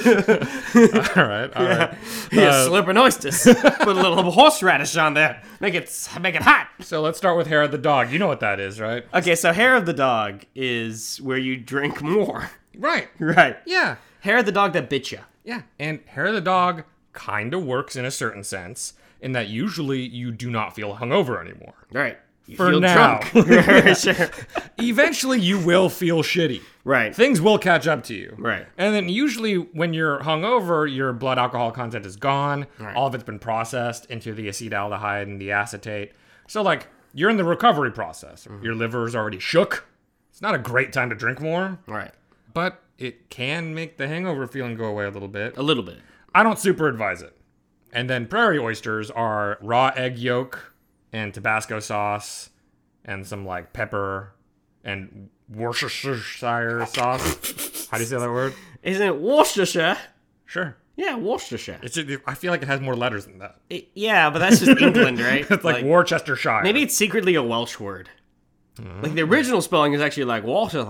Speaker 6: right, all right.
Speaker 7: Yeah,
Speaker 6: Uh,
Speaker 7: slurping
Speaker 6: *laughs*
Speaker 7: oysters. Put a little horseradish on there. Make it make it hot.
Speaker 6: So let's start with hair of the dog. You know what that is, right?
Speaker 7: Okay, so hair of the dog is where you drink more, *laughs*
Speaker 6: Right.
Speaker 7: right?
Speaker 6: Yeah.
Speaker 7: Hair of the dog that bit you.
Speaker 6: Yeah. And hair of the dog kind of works in a certain sense, in that usually you do not feel hungover anymore.
Speaker 7: Right. You
Speaker 6: For
Speaker 7: feel
Speaker 6: now. *laughs*
Speaker 7: drunk. *laughs* Right, sure.
Speaker 6: Eventually, you will feel shitty.
Speaker 7: Right.
Speaker 6: Things will catch up to you.
Speaker 7: Right.
Speaker 6: And then usually when you're hungover, your blood alcohol content is gone. All of it's been processed into the acetaldehyde and the acetate. So like you're in the recovery process.
Speaker 7: Mm-hmm.
Speaker 6: Your liver's already shook. It's not a great time to drink more,
Speaker 7: right.
Speaker 6: but it can make the hangover feeling go away a little bit.
Speaker 7: A little bit.
Speaker 6: I don't super advise it. And then prairie oysters are raw egg yolk and Tabasco sauce and some like pepper and Worcestershire sauce. How do you say that word?
Speaker 7: Isn't it Worcestershire?
Speaker 6: Sure.
Speaker 7: Yeah, Worcestershire.
Speaker 6: It's just, I feel like it has more letters than that. It's
Speaker 7: It- yeah, but
Speaker 6: *laughs*
Speaker 7: that's just England, right?
Speaker 6: like, Worcestershire. Mm.
Speaker 7: Maybe it's secretly a Welsh word. Like the original spelling is actually like Walsha,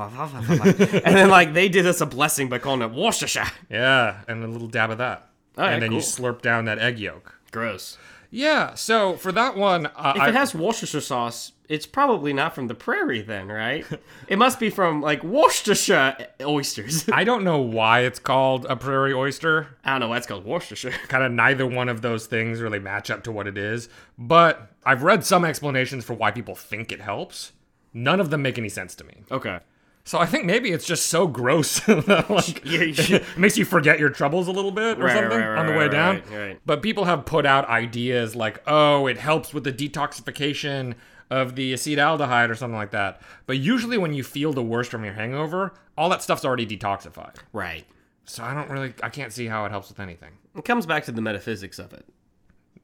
Speaker 7: *laughs* and then like they did us a blessing by calling it Worcestershire.
Speaker 6: Yeah, and a little dab of that.
Speaker 7: right,
Speaker 6: and then you
Speaker 7: cool.
Speaker 6: slurp down that egg yolk.
Speaker 7: Gross.
Speaker 6: Yeah. So for that one, uh,
Speaker 7: If
Speaker 6: I,
Speaker 7: it has Worcestershire sauce, it's probably not from the prairie, then, right? it must be from like Worcestershire oysters. *laughs*
Speaker 6: I don't know why it's called a prairie oyster.
Speaker 7: I don't know why it's called Worcestershire. *laughs*
Speaker 6: kind of neither one of those things really match up to what it is. But I've read some explanations for why people think it helps. None of them make any sense to me.
Speaker 7: Okay.
Speaker 6: So I think maybe it's just so gross *laughs* that like,
Speaker 7: *laughs* Yeah, you
Speaker 6: *laughs*
Speaker 7: should-
Speaker 6: it makes you forget your troubles a little bit or
Speaker 7: Right,
Speaker 6: something
Speaker 7: right, right,
Speaker 6: on the way
Speaker 7: right,
Speaker 6: down.
Speaker 7: right, right.
Speaker 6: But people have put out ideas like, oh, it helps with the detoxification of the acetaldehyde or something like that. But usually when you feel the worst from your hangover, all that stuff's already detoxified.
Speaker 7: Right.
Speaker 6: So I don't really, I can't see how it helps with anything.
Speaker 7: It comes back to the metaphysics of it.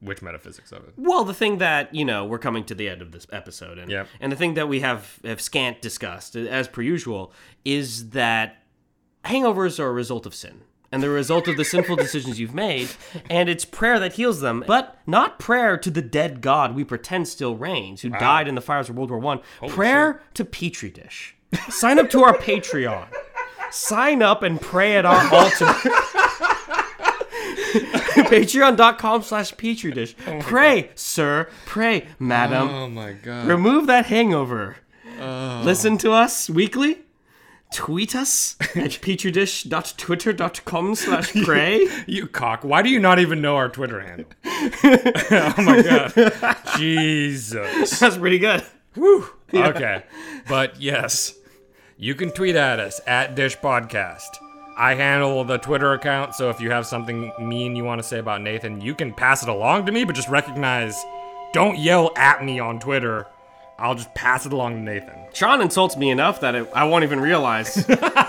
Speaker 6: Which metaphysics of it?
Speaker 7: Well, the thing that you know we're coming to the end of this episode, and
Speaker 6: Yep.
Speaker 7: and the thing that we have have scant discussed as per usual is that hangovers are a result of sin, and the result of the sinful decisions you've made, and it's prayer that heals them, but not prayer to the dead God we pretend still reigns, who died in the fires of World War One. Prayer to Petri dish. Sign up to our Patreon. Sign up and pray at our *laughs* altar. Patreon.com slash Petri dish. Pray, sir. Pray, madam.
Speaker 6: Oh my god.
Speaker 7: Remove that hangover. Listen to us weekly. Tweet *laughs* us at petridish.twitter.com *laughs* slash pray.
Speaker 6: *laughs* You cock. Why do you not even know our Twitter handle? *laughs* oh my *laughs* god. *laughs* Jesus.
Speaker 7: That's pretty good.
Speaker 6: Whew. Okay. But yes, you can tweet at us at Dish Podcast. I handle the Twitter account, so if you have something mean you want to say about Nathan, you can pass it along to me, but just recognize Don't yell at me on Twitter. I'll just pass it along to Nathan.
Speaker 7: Sean insults me enough that it, I won't even realize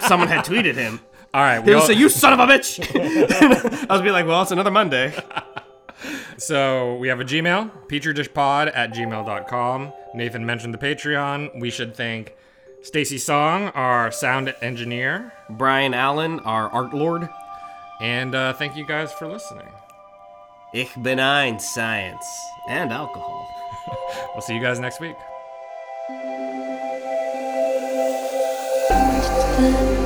Speaker 7: someone had tweeted him.
Speaker 6: All right. we
Speaker 7: He'll
Speaker 6: all-
Speaker 7: say, "You son of a *laughs* bitch." I'll be like, "Well, it's another Monday."
Speaker 6: So we have a Gmail, petridishpod at gmail.com. Nathan mentioned the Patreon. We should thank Stacy Song, our sound engineer.
Speaker 7: Brian Allen, our art lord.
Speaker 6: And uh, thank you guys for listening.
Speaker 7: Ich bin ein science and alcohol.
Speaker 6: We'll see you guys next week.
Speaker 9: time